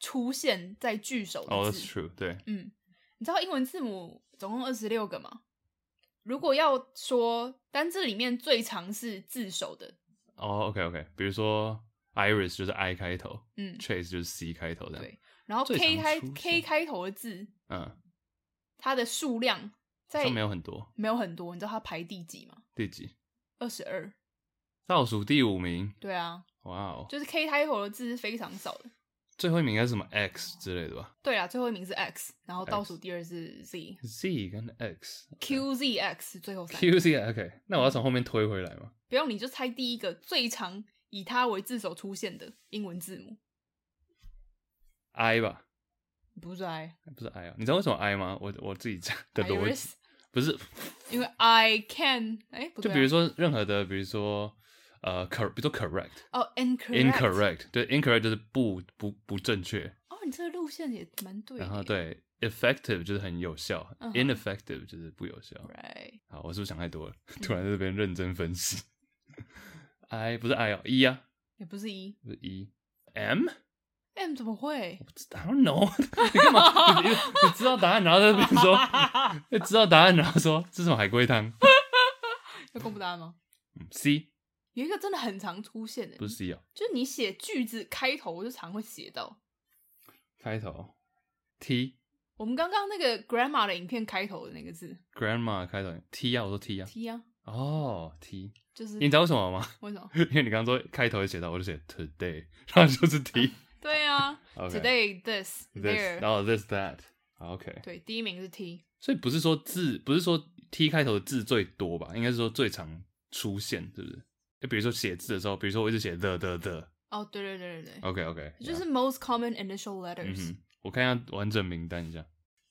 S2: 出现在句首
S1: 哼，
S2: 的
S1: 哦、
S2: 字
S1: that's。true，对，
S2: 嗯，你知道英文字母总共二十六个吗？如果要说单字里面最长是字首的，
S1: 哦、o k OK，比如说 Iris 就是 I 开头
S2: 嗯，
S1: ，Chase 就是 C 开头这样
S2: 对，然后
S1: 最
S2: K
S1: 常
S2: 开
S1: 出现
S2: K 开头的字，
S1: 嗯，
S2: 它的数量在
S1: 上面有很多，
S2: 没有很多，你知道它排第几吗？
S1: 第几？
S2: 二十二。
S1: 倒数第五名，
S2: 对啊，
S1: 哇哦，
S2: 就是 K 开头的字是非常少的。
S1: 最后一名应该是什么 X 之类的吧
S2: 对啦，最后一名是 X，然后
S1: X
S2: 倒数第二是 Z。
S1: ？Z 跟 X，Q
S2: Q 嗯 Z X 最后三个，
S1: Q Z OK，那我要从后面推回来吗？
S2: 不用你就猜第一个最常以它为字首出现的英文字母，
S1: i 吧，
S2: 不是 I
S1: 不是 I 啊，你知道为什么 I 吗？我我自己讲的逻
S2: Iris
S1: 辑不是
S2: 因为 I can，哎，不
S1: 就
S2: 对啊
S1: 比如说任何的，比如说呃，cor，比如说 correct、
S2: 哦，incorrect，
S1: incorrect，对，incorrect 就是不不不正确，
S2: 哦，你这个路线也蛮对的耶，
S1: 然后对，effective 就是很有效、
S2: 嗯哼
S1: i n e f f e c t i v e 就是不有效。
S2: ，right，嗯
S1: 好，我是不是想太多了？突然在这边认真分析 I 不是 I 哦，E 啊，
S2: 也不是一
S1: 不是 E。M
S2: M 怎么会？
S1: I don't know，你 干嘛？你你知道答案，然后在那边 说，知道答案，然后说这是什么海龟汤、
S2: 要公布答案吗？
S1: 嗯、？C
S2: 有一个真的很常出现的，
S1: 不是 C 哦，
S2: 就是你写句子开头我就常会写到。
S1: 开头 T
S2: 我们刚刚那个 grandma 的影片开头的那个字
S1: grandma 开头 T 啊，我说 T 啊，
S2: T 啊，
S1: 哦 T，
S2: 就是
S1: 你知道为什么吗？
S2: 为什么？
S1: 因为你刚刚说开头就写到，我就写 today，然 后就是 T，
S2: 对啊
S1: OK
S2: ，today this
S1: this，然
S2: there，
S1: 后 this that，OK，、
S2: 对，第一名是 T，
S1: 所以不是说字，不是说 T 开头的字最多吧？应该是说最常出现，是不是？就比如说写字的时候，比如说我一直写的的的
S2: 哦，对对对对对，
S1: ，OK OK，
S2: 就是 most common initial
S1: 嗯
S2: letters，
S1: 哼，我看一下完整名单一下。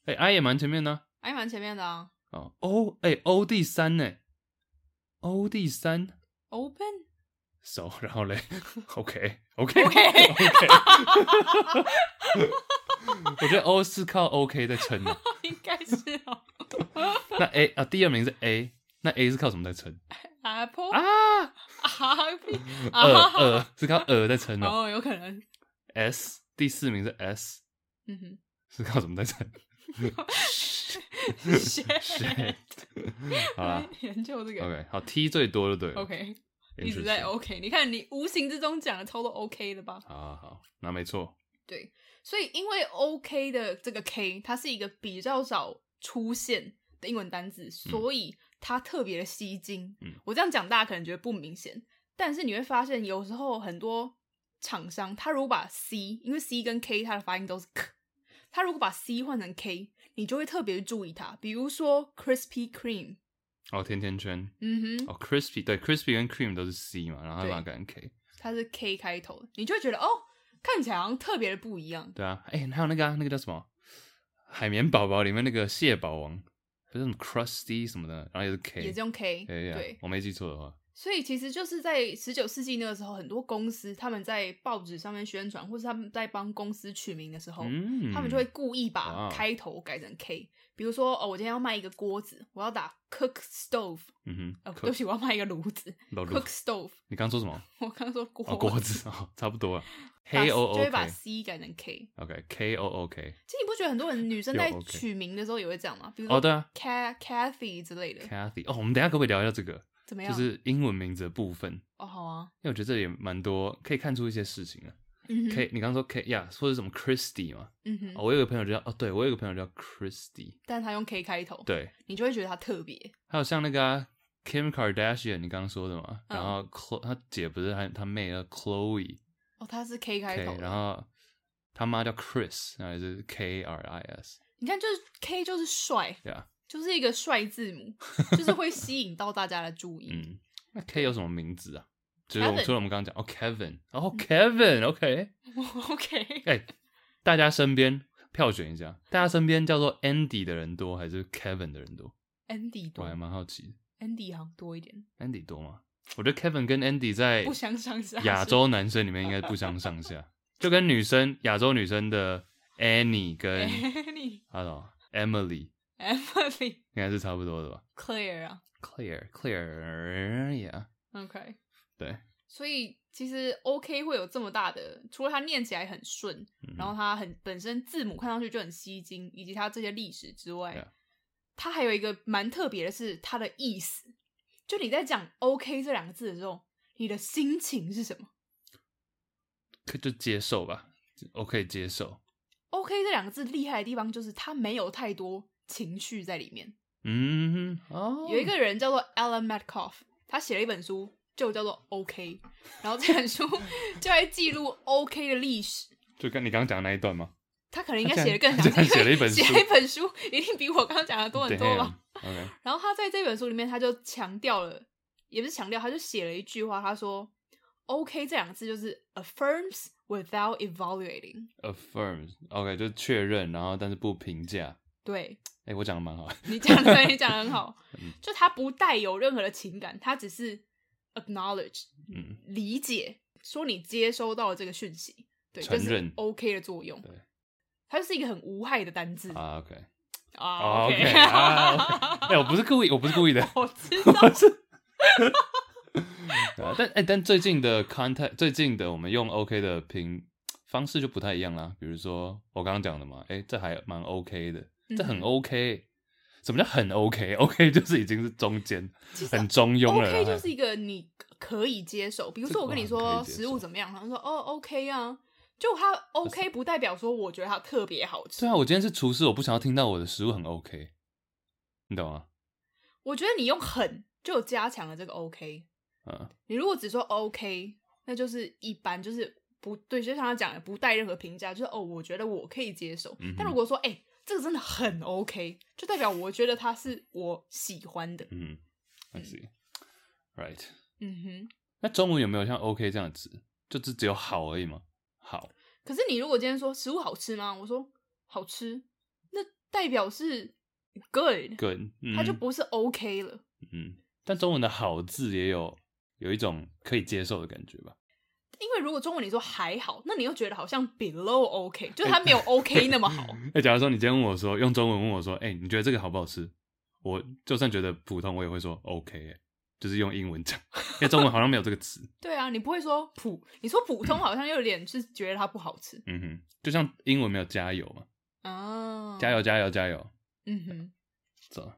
S1: 哎、i 也蛮前面的啊、
S2: 还蛮前面的啊
S1: 哦，O 哎、O 第三呢，O 第三
S2: ，open，
S1: 手，然后嘞 ，OK OK
S2: OK
S1: OK，我 觉得 O 是靠 OK 在撑的。
S2: 应该是哦
S1: 那 A 啊，第二名是 A，那 A 是靠什么在撑
S2: ，apple 啊
S1: 啊？
S2: happy
S1: 呃呃，是靠呃在撑哦。
S2: 哦，有可能，
S1: S 第四名是 S，
S2: 嗯哼
S1: 是靠什么在撑？
S2: ，shit，
S1: 好啦
S2: 研究这个
S1: ，OK，好，T 最多就对了。
S2: ，OK，一直在
S1: Interesting
S2: OK，你看你无形之中讲的超多 OK 的吧？
S1: 好好好，那没错，
S2: 对，所以因为 OK 的这个 K，它是一个比较少出现的英文单字，所以它特别的吸睛。
S1: 嗯
S2: 我这样讲大家可能觉得不明显，但是你会发现有时候很多厂商，他如果把 C，因为 C 跟 K 它的发音都是 K，他如果把 C 换成 K，你就会特别注意它。比如说 Krispy Kreme，
S1: 哦，甜甜圈，
S2: 嗯哼，
S1: 哦，crispy 对，crispy 跟 cream 都是 C 嘛，然后他把它改成 K，
S2: 它是 K 开头的，你就会觉得哦，看起来好像特别的不一样。
S1: 对啊，哎、还有那个、啊、那个叫什么海绵宝宝里面那个蟹堡王，不是什么 crusty 什么的，然后也是 K，
S2: 也是用 K，
S1: 对呀
S2: 对，
S1: 我没记错的话，
S2: 所以其实就是在十九世纪那个时候，很多公司他们在报纸上面宣传，或是他们在帮公司取名的时候，
S1: 嗯，
S2: 哦他们就会故意把
S1: 哇哦
S2: 开头改成 K。比如说，哦，我今天要卖一个锅子，我要打 cook stove，
S1: 嗯
S2: 哦，
S1: 哼，
S2: 对不起，我要卖一个炉子
S1: 老卢
S2: ，cook，stove。
S1: 你刚说什 么？
S2: 我刚说锅
S1: 哦，锅子哦，差不多啊
S2: 把
S1: ，K O
S2: 就
S1: O
S2: 会把
S1: K，OK
S2: C 改成 K。
S1: K O O K，
S2: 其实你不觉得很多人女生在
S1: 有 OK
S2: 取名的时候也会这样吗？比如
S1: 哦
S2: 说
S1: 对啊
S2: Ca Cathy 之类的，
S1: ，Cathy，哦，我们等一下可不可以聊一下这个，
S2: 怎么样？
S1: 就是英文名字的部分，
S2: 哦，好啊，
S1: 因为我觉得这里蛮多可以看出一些事情啊。
S2: 嗯哼
S1: K，你刚说 K 呀，或者什么 Christy 嘛，
S2: 嗯哼，
S1: 哦，我有个朋友叫哦，对我有个朋友叫 Christy，
S2: 但他用 K 开头，
S1: 对，
S2: 你就会觉得他特别。
S1: 还有像那个啊、Kim Kardashian，你刚刚说的嘛，
S2: 嗯
S1: 然后 Chlo 她姐不是还她妹叫 Chloe，
S2: 哦，他是 K 开
S1: K，
S2: 头的，
S1: 然后她妈叫 Chris，然后也是 K R I S，
S2: 你看，就是 K 就是帅，
S1: 对啊，
S2: 就是一个帅 字母，就是会吸引到大家的注意。
S1: 嗯，那 K 有什么名字啊？就是我们
S2: Kevin 嗯
S1: 除了我们刚刚讲哦，Kevin，然后 Kevin，OK，
S2: OK，
S1: 哎，大家身边票选一下，大家身边叫做 Andy 的人多还是 Kevin 的人多？
S2: Andy
S1: 我
S2: 多
S1: 还蛮好奇的。
S2: ，Andy 好像多一点，
S1: Andy 多吗？我觉得 Kevin 跟 Andy 在
S2: 不相上下。
S1: 亚洲男生里面应该不相上 下，就跟女生亚洲女生的 Annie 跟
S2: Andy、
S1: I don't know Emily
S2: Emily、
S1: 应该是差不多的吧
S2: Claire 啊
S1: ？Claire Claire yeah，
S2: ，OK。
S1: 对，
S2: 所以其实 OK 会有这么大的，除了它念起来很顺，
S1: 嗯
S2: 然后它很本身字母看上去就很吸睛，以及它这些历史之外
S1: Yeah.
S2: 它还有一个蛮特别的是它的意思。就你在讲 OK 这两个字的时候，你的心情是什么
S1: 可就接受吧，OK 接受，
S2: ？OK 这两个字厉害的地方就是它没有太多情绪在里面。
S1: 嗯哦，
S2: 有一个人叫做 Alan Metcalf，他写了一本书，就叫做 OK，然后这 本书就在记录 OK 的历史。
S1: 就跟你刚刚讲的那一段吗？
S2: 他可能应该
S1: 他
S2: 写的
S1: 竟
S2: 更
S1: 然
S2: 详细，
S1: 他竟然写了一本
S2: 因为
S1: 书
S2: 写了一本书一定比我刚刚讲的 多很多吧。
S1: ？OK，
S2: 然后他在这本书里面，他就强调了，也不是强调，他就写了一句话，他说：“OK 这两个字就是 affirms without evaluating。
S1: affirm OK 就是确认，然后但是不评价。
S2: 对”
S1: 哎、我讲的蛮好的，
S2: 你讲的，你讲的很 好，
S1: 嗯
S2: 就他不带有任何的情感，他只是 acknowledge
S1: 嗯，
S2: 理解，说你接收到了这个讯息，对，
S1: 承
S2: 这是
S1: 认
S2: OK 的作用
S1: 对。
S2: 它就是一个很无害的单字
S1: 啊 OK，
S2: 啊
S1: 哦 OK 啊 啊 ，OK，哎、我不是故意，我不是故意的，
S2: 我知道，
S1: 是对啊但哎、但最近的 contact，最近的我们用 OK 的评方式就不太一样啦。比如说我刚刚讲的嘛，哎、这还蛮 OK 的，这很
S2: 嗯
S1: OK。什么叫很 OK？OK 就是已经是中间，
S2: 其实
S1: 很中庸了啦。
S2: OK 就是一个你可以接受，比如
S1: 这
S2: 说我跟你
S1: 个我很可
S2: 说
S1: 以接
S2: 食物
S1: 受
S2: 怎么样，然后说哦 OK 啊，就它 OK 不代表说我觉得它特别好吃
S1: 对。啊，我今天是厨师，我不想要听到我的食物很 OK，你懂吗？
S2: 我觉得你用很就加强了这个 OK。
S1: 嗯，
S2: 你如果只说 OK，那就是一般，就是不对，就像他讲的，不带任何评价，就是哦，我觉得我可以接受。
S1: 嗯哼
S2: 但如果说哎、这个真的很 OK，就代表我觉得它是我喜欢的。
S1: 嗯，I see。Right，
S2: 嗯哼。
S1: 那中文有没有像 OK 这样的词？就只只有好而已吗？好，
S2: 可是你如果今天说食物好吃吗？我说好吃，那代表是 good，
S1: 个人，嗯、
S2: 它就不是 OK 了。
S1: 嗯，但中文的好字也有有一种可以接受的感觉吧？
S2: 因为如果中文你说还好，那你又觉得好像 below OK，就是它没有
S1: 哎
S2: OK 那 么好。
S1: 那哎假如说你今天问我说，用中文问我说，哎、你觉得这个好不好吃？我就算觉得普通，我也会说 OK，、欸、就是用英文讲，因为中文好像没有这个词。
S2: 对啊，你不会说普，你说普通好像又有点是觉得它不好吃
S1: 嗯哼，就像英文没有加油嘛，
S2: 啊。
S1: 加！油加油加油，
S2: 嗯哼，
S1: 走。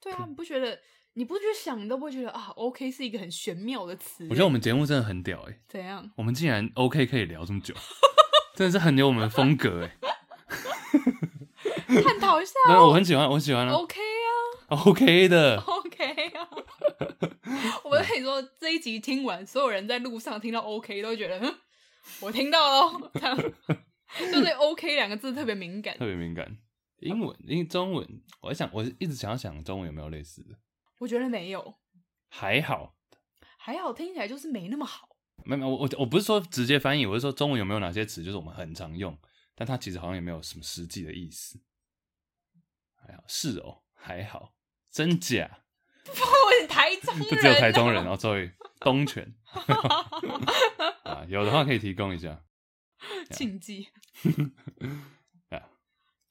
S2: 对啊，你不觉得？你不去想，你都不会觉得啊，OK 是一个很玄妙的词欸。
S1: 我觉得我们节目真的很屌哎、
S2: 怎样？
S1: 我们竟然 OK 可以聊这么久，真的是很有我们风格哎、
S2: 探 讨一下
S1: 没有，我很喜欢，我喜欢啊
S2: ，OK 啊
S1: OK 的，
S2: ，OK 啊。我跟你说，这一集听完，所有人在路上听到 OK 都会觉得，嗯，我听到喽。这样就对 OK 两个字特别敏感
S1: 特。别敏感。英文、英中文，我在想，我一直想要想中文有没有类似的，
S2: 我觉得没有，
S1: 还好，
S2: 还好听起来就是没那么好。
S1: 没有没有，我我我不是说直接翻译，我是说中文有没有哪些词就是我们很常用，但它其实好像也没有什么实际的意思。还好是哦，还好，真假，
S2: 我是台中人，
S1: 就只有台中人哦，sorry，东泉啊，有的话可以提供一下。
S2: 禁忌。
S1: 啊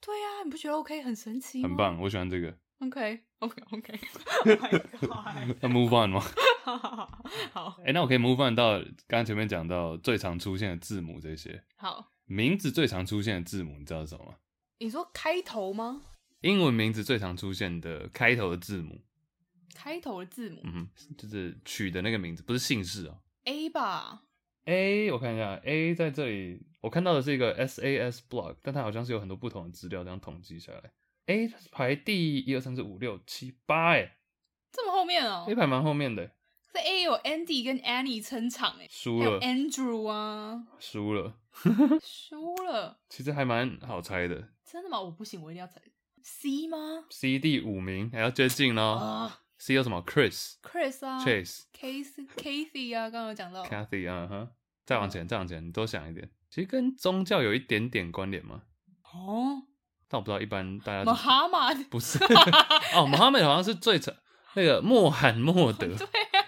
S2: 对啊，你不觉得 OK 很神奇吗？
S1: 很棒，我喜欢这个。
S2: OK OK OK。Oh my
S1: 那 move on 吗？
S2: god！好
S1: 哎、那我可以 move on 到刚刚前面讲到最常出现的字母这些
S2: 好，
S1: 名字最常出现的字母，你知道是什么吗？
S2: 你说开头吗？
S1: 英文名字最常出现的开头的字母，
S2: 开头的字母、
S1: 嗯哼，就是取的那个名字，不是姓氏哦。
S2: A 吧？
S1: A，我看一下，A 在这里，我看到的是一个 SAS blog，但它好像是有很多不同的资料，这样统计下来，A 排第一二三四五六七八，哎
S2: 这么后面哦、
S1: ，A 排蛮后面的，
S2: 这 A 有 Andy 跟 Annie 撑场哎、
S1: 输
S2: 还有
S1: 了，
S2: Andrew 啊，
S1: 输了，
S2: 输了，
S1: 其实还蛮好猜的，
S2: 真的吗？我不行，我一定要猜 C 吗？
S1: C 第五名，还要接近咯。
S2: 啊
S1: C 有什么？Chris、
S2: ，Chris 啊
S1: Chase、
S2: ，Case Kathy 啊，刚刚有讲到
S1: Kathy 啊，哈，再往前，再往前，你多想一点。其实跟宗教有一点点关联嘛，
S2: 哦
S1: 但我不知道一般大家是
S2: ，Muhammad
S1: 不是 哦。穆罕默德好像是最常那个穆罕默 德，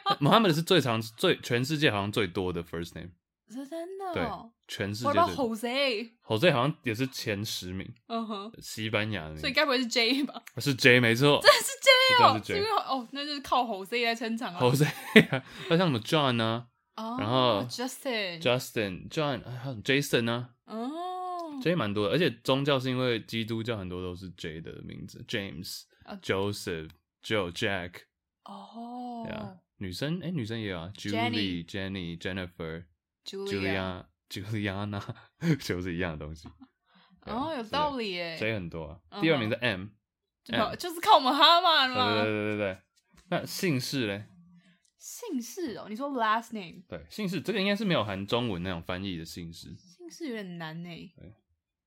S2: 啊
S1: 穆罕默德是最常最全世界好像最多的 first name，
S2: 是真的、
S1: 对
S2: 哦。，
S1: 全世界
S2: 我
S1: 最
S2: 到
S1: 多。
S2: Jose，
S1: 好像好像也是前十名，
S2: 嗯哼，
S1: 西班牙的
S2: 所以
S1: 名字
S2: 该不会是 J 吧？
S1: 是 J 没错，
S2: 真的是 J
S1: 真的
S2: 哦，
S1: 啊是 J
S2: 因为哦，那就是靠 Jose 在撑场啊。
S1: 好像 那像什么 John 啊
S2: 哦，
S1: 然后
S2: Justin，
S1: ，Justin、John 还有 Jason 啊，
S2: 哦
S1: J 蛮多的，而且宗教是因为基督教很多都是 J 的名字，James、
S2: 啊
S1: Joseph、Joe、Jack，对啊
S2: 哦，
S1: 女生哎、诶女生也有啊
S2: Jenny
S1: ，Julie、Jenny、Jennifer、
S2: ，Julia，
S1: Julia、Juliana，就是 一样的东西。对啊
S2: 哦，有道理
S1: 所以
S2: 耶，
S1: 很多啊。
S2: 嗯哼嗯
S1: 第二名是 M，
S2: 哦就是靠 Muhammad
S1: 对嗯对
S2: 嘛。
S1: 对对对。那姓氏嘞？
S2: 姓氏哦，你说 last name，
S1: 对，姓氏这个应该是没有含中文那种翻译的姓氏。
S2: 姓氏有点难呢。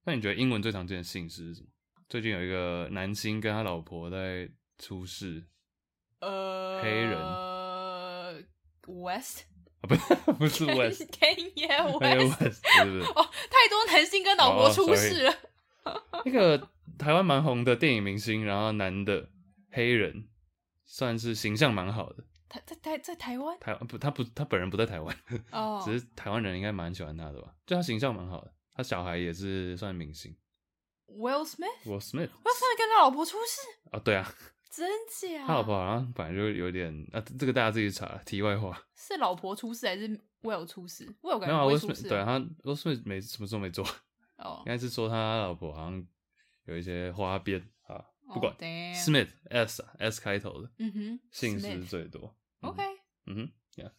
S1: 那你觉得英文最常见的姓氏是什么？最近有一个男星跟他老婆在出事，
S2: 呃，
S1: 黑人
S2: 人，West，
S1: 啊，不是不 是 West，
S2: Kanye
S1: 那个
S2: West，
S1: West 是 不是？
S2: 哦，太多男性跟老
S1: 哦
S2: 婆
S1: 哦
S2: 出事了。
S1: 那个台湾蛮红的电影明星，然后男的黑人，算是形象蛮好的。
S2: 台在台在台湾
S1: 台不，他不，他本人不在台湾，
S2: 哦，
S1: 只是台湾人应该蛮喜欢他的吧？就他形象蛮好的，他小孩也是算明星。
S2: Will Smith，Will
S1: Will Smith
S2: Smith 跟他老婆出事，
S1: 啊，对啊，
S2: 真真假？
S1: 他老婆好像本来就有点啊，这个大家自己查。题外话，
S2: 是老婆出事还是 Will 出事？Will
S1: 没有
S2: 感觉
S1: 啊，
S2: 不
S1: 我
S2: 会
S1: 是
S2: 出事
S1: 对
S2: 啊、
S1: 他我是没什么事都没做，
S2: 哦
S1: 应，该是说他老婆好像有一些花边啊，不管
S2: 哦、damn
S1: Smith S 啊 S 开头的
S2: 嗯哼，
S1: 姓氏
S2: Smith
S1: 最多。嗯
S2: OK，
S1: 嗯哼，Yeah。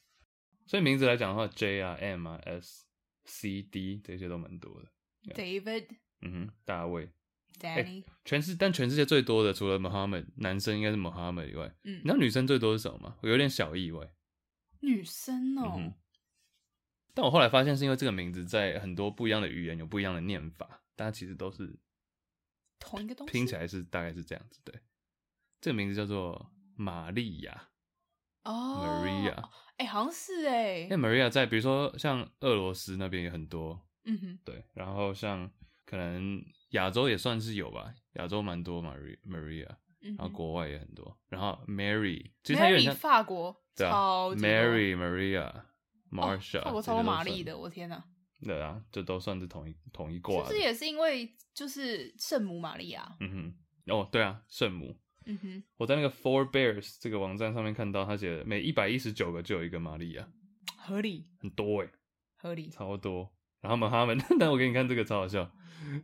S1: 所以名字来讲的话，J 啊、M 啊、S、C、D 这些都蛮多的。
S2: David、
S1: 嗯哼，大卫，
S2: Danny，、
S1: 全世但全世界最多的除了 Muhammad 男生应该是 Muhammad 以外，你知
S2: 嗯，
S1: 道女生最多是什么吗？我有点小意外。
S2: 女生哦、
S1: 嗯哼但我后来发现是因为这个名字在很多不一样的语言有不一样的念法，大家其实都是
S2: 同一个东西
S1: 拼起来是大概是这样子。对，这个名字叫做玛利亚
S2: 哦
S1: Maria。
S2: 哎、好像是哎、
S1: 因为 Maria 在比如说像俄罗斯那边也很多，
S2: 嗯哼，
S1: 对，然后像可能亚洲也算是有吧，亚洲蛮多 Maria Maria，
S2: 嗯哼
S1: 然后国外也很多，然后 Mary 其实它有点
S2: Mary
S1: 像
S2: 法国，
S1: 对啊
S2: 超级多
S1: ，Mary Maria
S2: 哦
S1: Marsha，
S2: 法国超多玛丽的，，我天哪、
S1: 对啊，这都算是同一同一
S2: 是
S1: 挂
S2: 不
S1: 的
S2: 是，也是因为就是圣母玛利亚？
S1: 嗯哼，哦对啊，圣母。
S2: 嗯哼，
S1: 我在那个 Four Bears 这个网站上面看到，他写的每一百一十九个就有一个玛利亚，
S2: 合理
S1: 很多哎、
S2: 合理，
S1: 超多。然后 Muhammad，但我 给你看这个超好笑，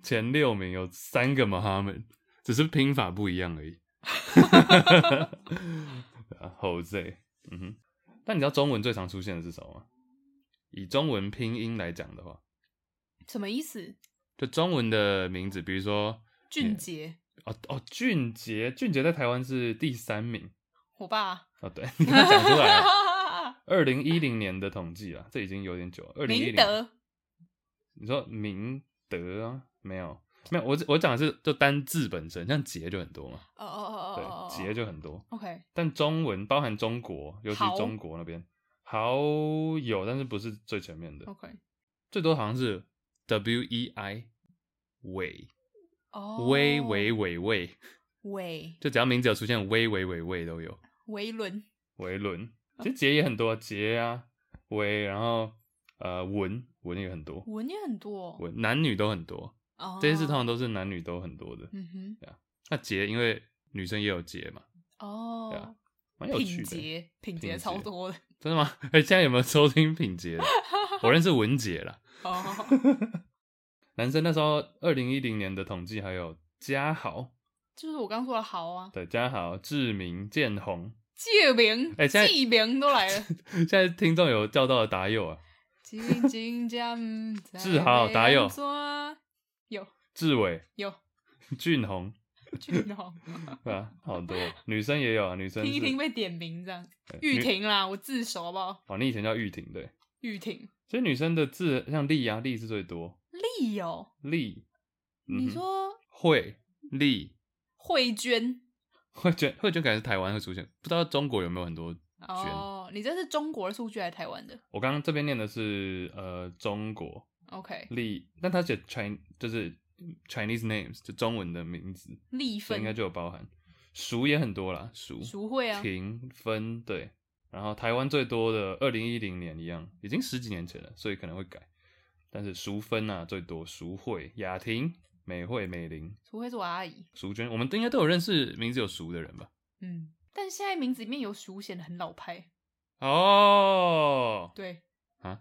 S1: 前六名有三个 Muhammad，只是拼法不一样而已。 啊，Jose，嗯哼。但你知道中文最常出现的是什么吗？以中文拼音来讲的话，
S2: 什么意思？
S1: 就中文的名字，比如说
S2: 俊杰，
S1: 哦哦，俊杰，俊杰在台湾是第三名
S2: 我爸。
S1: 哦，对， 你刚讲出来 了。二零一零年的统计啊，这已经有点久了。 二零一
S2: 明
S1: 零，
S2: 德，
S1: 你说明德啊？没有，没有，我我讲的是就单字本身，像杰就很多嘛，
S2: 哦哦哦哦哦哦，
S1: 对，杰就很多。
S2: OK，
S1: 但中文包含中国，尤其
S2: 豪
S1: 中国那边，好有，但是不是最前面的，
S2: OK，
S1: 最多好像是 W E I，喂
S2: 哦，
S1: 喂喂喂喂，
S2: 韦
S1: 就只要名字有出现喂喂喂喂都有。
S2: 韦伦，
S1: 维伦，其实杰也很多，杰啊，维，然后呃文文也很多，
S2: 文也很多哦，
S1: 文男女都很多，
S2: 哦
S1: 这些字通，常都是男女都很多的。
S2: 嗯哼，
S1: 那杰因为女生也有杰嘛，对啊
S2: 哦，
S1: 蛮有趣
S2: 品
S1: 的。
S2: 杰品杰
S1: 品
S2: 超
S1: 杰
S2: 多的，
S1: 真的吗？哎、 现在有没有收听品杰的？我认识文杰啦。
S2: 哦，
S1: 男生那时候二零一零年的统计还有嘉豪，
S2: 就是我刚说的豪啊，
S1: 对嘉豪、志明、建宏。
S2: 借名，
S1: 哎现在
S2: 记名都 来了，
S1: 现在听众有叫到的打友啊，
S2: 金金江
S1: 志豪打 友
S2: 有
S1: 志伟、
S2: 有
S1: 俊宏，
S2: 俊豪，
S1: 对吧、好多女生也有啊，女生
S2: 听
S1: 是
S2: 一听被点名这样，
S1: 对
S2: 玉
S1: 女
S2: 婷啦，我自首好不好？
S1: 哦，你以前叫玉婷对，
S2: 玉婷，
S1: 所以女生的字像丽啊，丽是最多，
S2: 丽哦，
S1: 丽，嗯
S2: 你
S1: 哼
S2: 说
S1: 慧丽，
S2: 慧娟
S1: 慧娟，慧娟感觉是台湾会出现，不知道中国有没有很多。
S2: 哦，你这是中国的数据还是台湾的
S1: 我刚刚这边念的是呃中国
S2: ？OK，
S1: 丽，但他写 Chin 就是 Chinese names 就中文的名字，
S2: 丽
S1: 所以
S2: 芬
S1: 应该就有包含。熟也很多啦，熟、
S2: 淑慧啊，
S1: 婷、芬对，然后台湾最多的二零一零年一样，已经十几年前了，所以可能会改。但是淑芬啊最多，淑慧、雅婷、美惠、美玲、
S2: 淑慧是我阿姨，
S1: 淑娟，我们应该都有认识名字有熟的人吧？
S2: 嗯，但现在名字里面有淑显得很老派，
S1: 哦，
S2: 对
S1: 啊，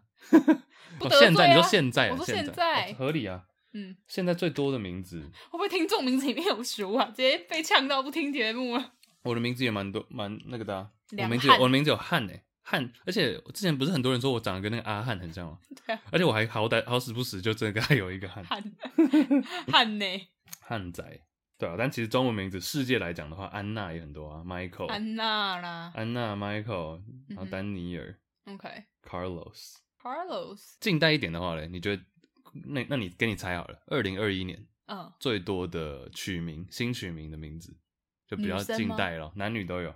S2: 不
S1: 哦
S2: 得罪啊
S1: 现在你说现在啊，
S2: 我说
S1: 现
S2: 现在
S1: 哦合理啊。
S2: 嗯，
S1: 现在最多的名字，
S2: 会不会听众名字里面有淑啊？直接被呛到不听节目啊了。
S1: 我的名字也蛮多蛮那个的、啊，我
S2: 梁
S1: 名字
S2: 汉
S1: 我的名字有汉诶、欸汉，而且我之前不是很多人说我长得跟那个阿汉很像吗？
S2: 对啊，
S1: 而且我还好歹好死不死就真的跟他有一个汉
S2: 汉汉呢？
S1: 汉仔，对啊，但其实中文名字世界来讲的话，安娜也很多啊，Michael、
S2: 安娜啦
S1: 安娜、Michael，然后
S2: 嗯哼
S1: 丹尼尔、
S2: ，OK，Carlos，
S1: Carlos。近代一点的话嘞，你觉得那那你给你猜好了，二零二一年
S2: 嗯，
S1: 最多的取名新取名的名字，就比较
S2: 女生吗
S1: 近代咯，男女都有。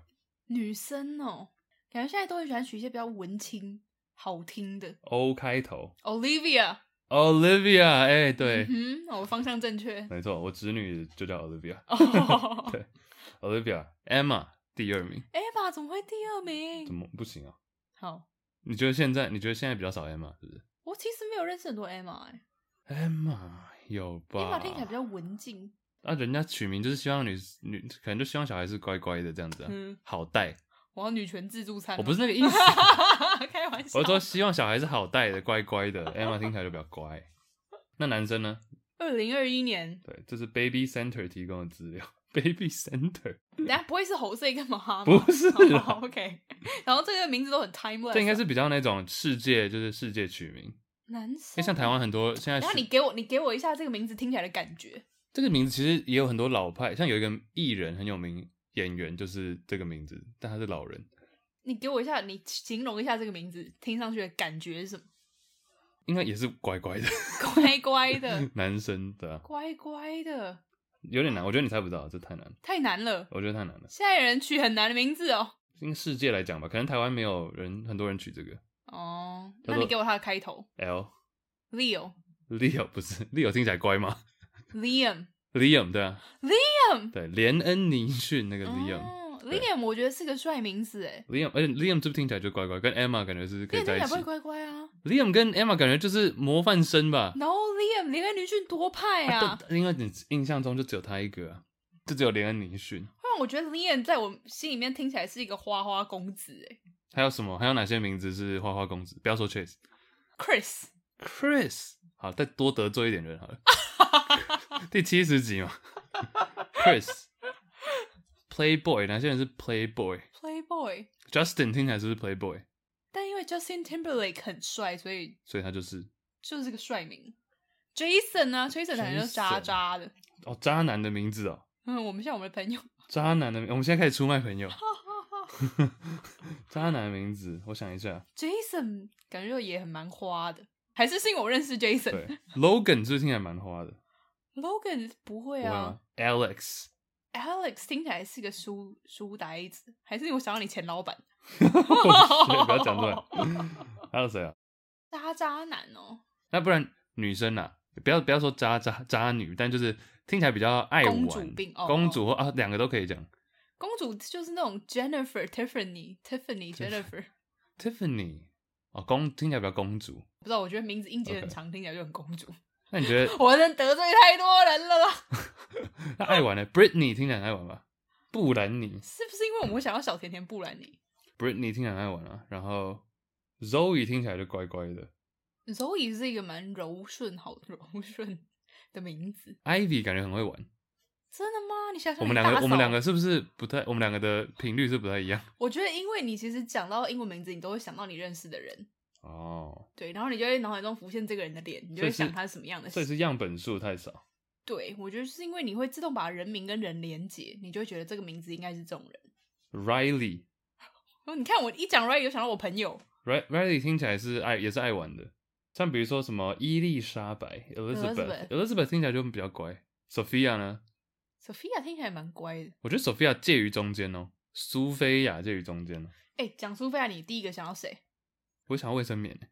S2: 女生哦，感觉现在都很喜欢取一些比较文青、好听的
S1: O 开头
S2: ，Olivia，
S1: ，Olivia，哎、对，。
S2: 嗯哼，我方向正确
S1: 没错，我侄女就叫 Olivia，Olivia、
S2: 哦
S1: 对 Olivia Emma 第二名，
S2: ，Eva 怎么会第二
S1: 怎
S2: 名？
S1: 么不行啊？
S2: 好，
S1: 你觉得现在你觉得现在比较少 Emma 是不是
S2: 欸我其实没有认识很多 Emma，Emma、
S1: ？Emma 有吧
S2: Emma 听起来比较文静，
S1: 啊，人家取名就是希望女女，可能就希望小孩是乖乖的这样子啊，
S2: 嗯，
S1: 好带。
S2: 我要女权自助餐哦。
S1: 我不是那个意 思，
S2: 开玩笑。
S1: 我是说希望小孩是好带的、乖乖的。Emma 听起来就比较乖。那男生呢？
S2: 二零二一年，
S1: 对，这是 Baby Center 提供的资料。Baby Center，
S2: 等一下不会是猴色跟马哈吧
S1: 不 是啦
S2: 好 OK，然后这个名字都很 timeless，啊
S1: 这应该是比较那种世界，就是世界取名。
S2: 男
S1: 因
S2: 生
S1: 为。像台湾很多现在
S2: 然后
S1: 取
S2: 你给我，你给我一下这个名字听起来的感觉。
S1: 这个名字其实也有很多老派，像有一个艺人很有名，演员就是这个名字，但他是老人，
S2: 你给我一下，你形容一下这个名字听上去的感觉是什么？
S1: 应该也是乖乖的
S2: 乖乖的，
S1: 男生对啊，
S2: 乖乖的，
S1: 有点难，我觉得你猜不到，这太难，
S2: 太难了。
S1: 我觉得太难了。
S2: 现在人取很难的名字哦。
S1: 因为世界来讲吧，可能台湾没有人很多人取这个
S2: 哦，
S1: 叫
S2: 那
S1: 做
S2: 你给我他的开头
S1: L
S2: ，Leo、
S1: Leo 不是 Leo 听起来乖吗
S2: Liam、
S1: ？Liam 对啊
S2: Liam
S1: 对，连恩尼逊那个 Liam、
S2: 哦
S1: 对
S2: Liam，我觉得是个帅名字哎。
S1: Liam，而且 Liam 这不听起来就乖乖，跟 Emma 感觉是可以
S2: 恋
S1: 在一
S2: 人也
S1: 起
S2: 不。会乖乖啊。
S1: Liam 跟 Emma 感觉就是模范生吧？
S2: 然后 Liam 连恩尼逊多派啊，
S1: 啊但因为你印象中就只有他一个、啊，就只有连恩尼逊。
S2: 会让我觉得 Liam 在我心里面听起来是一个花花公子哎。
S1: 还有什么？还有哪些名字是花花公子？不要说 Chase、
S2: Chris，
S1: Chris，好，再多得罪一点人好了。第七十集嘛，Chris、Playboy，哪些人是 Playboy？Justin
S2: Playboy，
S1: 听起来是不是 Playboy？
S2: 但因为 Justin Timberlake 很帅，所以
S1: 所以他就是
S2: 就是个帅名。Jason 呢、j a s o n 感觉就是渣
S1: Jason
S2: 渣的。
S1: 哦，渣男的名字哦，
S2: 嗯，我们像我们的朋友，
S1: 渣男的名，我们现在开始出卖朋友。 渣男的名字，我想一下，
S2: Jason 感觉也很蛮花的，还是是因为我认识 Jason。
S1: 对，Logan 是不是听起来蛮花的？
S2: Logan
S1: 不
S2: 不会
S1: 会
S2: 啊
S1: 吗？Alex，
S2: ，Alex 听起来是个书书呆子，还是因为我想到你前老板
S1: 不要讲出
S2: 哦
S1: 来。 还有谁啊？
S2: 渣渣男哦，
S1: 那不然女生啊，不要不要说渣渣渣女，但就是听起来比较爱玩，
S2: 公主病哦
S1: 公主或啊两个都可以讲。
S2: 公主就是那种 Jennifer、Tiffany、Tiffany、Jennifer，
S1: Tiffany 哦，公听起来比较公主。
S2: 不知道，我觉得名字音节很
S1: OK
S2: 长，听起来就很公主。
S1: 那你觉得
S2: 我真的得罪太多人了啦，
S1: 那爱玩的 Britney 听起来很爱玩吧？布兰妮
S2: 是不是因为我们会想要小甜甜布兰妮
S1: Britney 听起来很爱玩啊，然后 Zoe 听起来就乖乖的
S2: ？Zoe 是一个蛮柔顺、好柔 顺的名字，
S1: ，Ivy 感觉很会玩。
S2: 真的吗？你想想，
S1: 我们
S2: 你
S1: 两个
S2: 大
S1: 我们
S2: 嫂
S1: 两个是不是不太？我们两个的频率是不太一样
S2: 我觉得，因为你其实讲到英文名字，你都会想到你认识的人，
S1: 哦，
S2: 对，然后你就会脑海中浮现这个人的脸，你就会
S1: 所以
S2: 想
S1: 是
S2: 他是什么样的
S1: 所以
S2: 人。
S1: 是样本数太少。
S2: 对，我觉得是因为你会自动把人名跟人连结，你就会觉得这个名字应该是这种人。
S1: Riley
S2: 哦，你看我一讲 Ray 就想到我朋友
S1: Ri- Riley 听起来是爱，也是爱玩的。像比如说什么伊丽莎白 Elizabeth
S2: Elizabeth
S1: Elizabeth 听起来就比较乖。Sophia 呢？
S2: Sophia，听起来蛮乖的。
S1: 我觉得 Sophia 介于中间哦，苏菲亚介于中间哦。
S2: 哎，讲苏菲亚，你第一个想到谁？
S1: 我想要卫生棉耶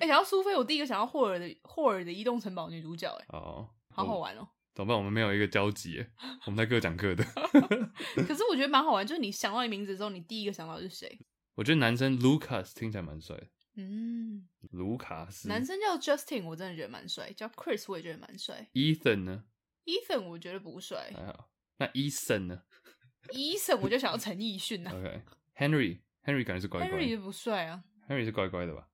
S2: 哎，想到苏菲，我第一个想到霍尔的霍尔的移动城堡女主角，哎，
S1: 哦，
S2: 好好玩哦。
S1: 怎么办？我们没有一个交集 耶，我们在各讲各的。
S2: 可是我觉得蛮好玩，就是你想到你名字之后，你第一个想到的是谁？
S1: 我觉得男生 Lucas 听起来蛮帅的，
S2: 嗯，
S1: 卢卡斯。
S2: 男生叫 Justin，我真的觉得蛮帅；叫 Chris，我也觉得蛮帅。
S1: Ethan 呢？
S2: Ethan 我觉得不 帅
S1: 还好。那 Eason 呢
S2: ，Eason 我就想要陈奕迅 呐、
S1: ？OK。Henry Henry 感觉是
S2: h
S1: 乖
S2: e n
S1: 乖
S2: r y 也不帅啊，
S1: ，Henry 是乖乖的吧？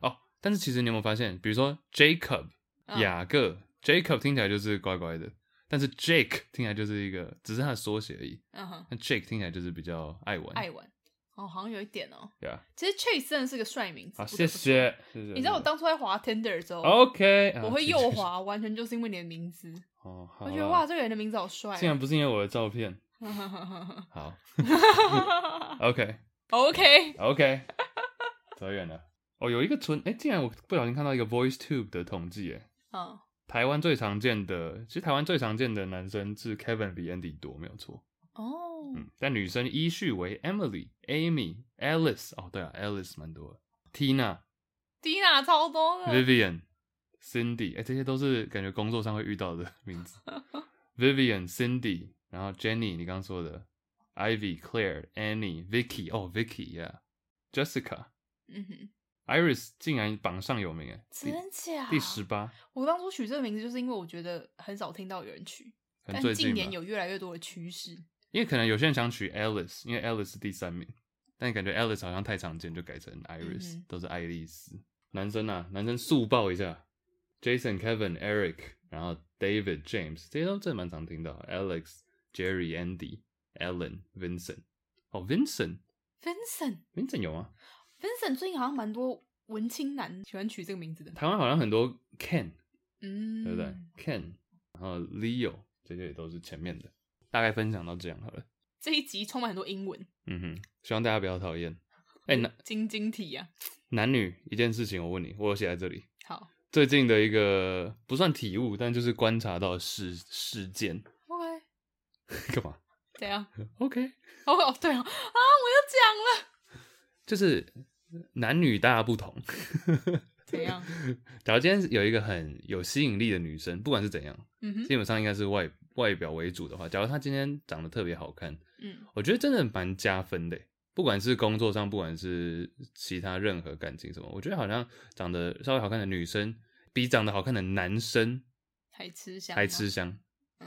S1: 哦，但是其实你有没有发现，比如说 Jacob
S2: 嗯
S1: 雅各 Jacob 听起来就是乖乖的，但是 Jake 听起来就是一个只是他的缩写而已。
S2: 嗯哼，
S1: 那 Jake 听起来就是比较爱玩，
S2: 爱玩哦，好像有一点哦。
S1: 对啊。
S2: 其实 Chase 真的是个帅名字，
S1: 好，
S2: 不
S1: 谢
S2: 得不说。
S1: 谢，谢谢。
S2: 你知道我当初在滑 Tinder 的时 候
S1: OK，啊
S2: 我会
S1: 谢谢
S2: 右滑，完全就是因为你的名字，
S1: 哦，好
S2: 我觉得
S1: 啦
S2: 哇，，这个人的名字好帅
S1: 竟然不是因为我的照片。
S2: 啊、
S1: 好 ，OK
S2: OK，
S1: OK，走远了。哦，有一个纯哎，竟然我不小心看到一个 VoiceTube 的统计，哎，
S2: 嗯，
S1: 台湾最常见的，其实台湾最常见的男生是 Kevin 比 Andy 多，没有错。
S2: 哦，
S1: 嗯，但女生依序为 Emily、Amy、Alice，哦，对啊，Alice 蛮多的，Tina、
S2: 迪娜超多的，
S1: Vivian、Cindy，哎、这些都是感觉工作上会遇到的 名字。Vivian、Cindy，然后 Jenny，你刚刚说的，Ivy、Claire、Annie、Vicky，哦，Vicky 呀、yeah、，Jessica，
S2: 嗯哼，
S1: Iris 竟然榜上有名哎，第
S2: 真假？
S1: 第十。八，
S2: 我当初取这个名字，就是因为我觉得很少听到有人取，
S1: 可能
S2: 但
S1: 最
S2: 近
S1: 近
S2: 年
S1: 吧。
S2: 有越来越多的趋势。
S1: 因为可能有些人想取 Alice，因为 Alice 是第三名，但感觉 Alice 好像太常见，就改成 Iris，、
S2: 嗯哼
S1: 都是爱丽丝。男生啊，男生速报一下，Jason、Kevin、Eric，然后 David、James，这些都真的蛮常听到。Alex、Jerry、Andy、Alan、Vincent，哦，Vincent，Vincent
S2: Vincent，Vincent
S1: 有啊吗？
S2: 最近好像蛮多文青男喜欢取这个名字的，
S1: 台湾好像很多 Ken，
S2: 嗯，
S1: 对不对、k e n 然后 Leo，这些也都是前面的。大概分享到这样好了。
S2: 这一集充满很多英文，
S1: 嗯哼，希望大家不要讨厌。哎、男
S2: 晶晶体啊呀、
S1: 男女一件事情，我问你，我有写在这里。
S2: 好
S1: 最近的一个不算体悟，但就是观察到的事事件，
S2: ，OK，
S1: 干嘛
S2: 怎样？
S1: ？OK，
S2: 哦哦，对哦，啊，我又讲了，
S1: 就是男女大不同。
S2: 怎样？
S1: 假如今天有一个很有吸引力的女生，不管是怎样，
S2: 嗯哼，
S1: 基本上应该是外外表为主的话，假如她今天长得特别好看，
S2: 嗯
S1: 我觉得真的蛮加分的欸。不管是工作上，不管是其他任何感情什么，我觉得好像长得稍微好看的女生，比长得好看的男生
S2: 还吃香，嗯
S1: 还吃，香。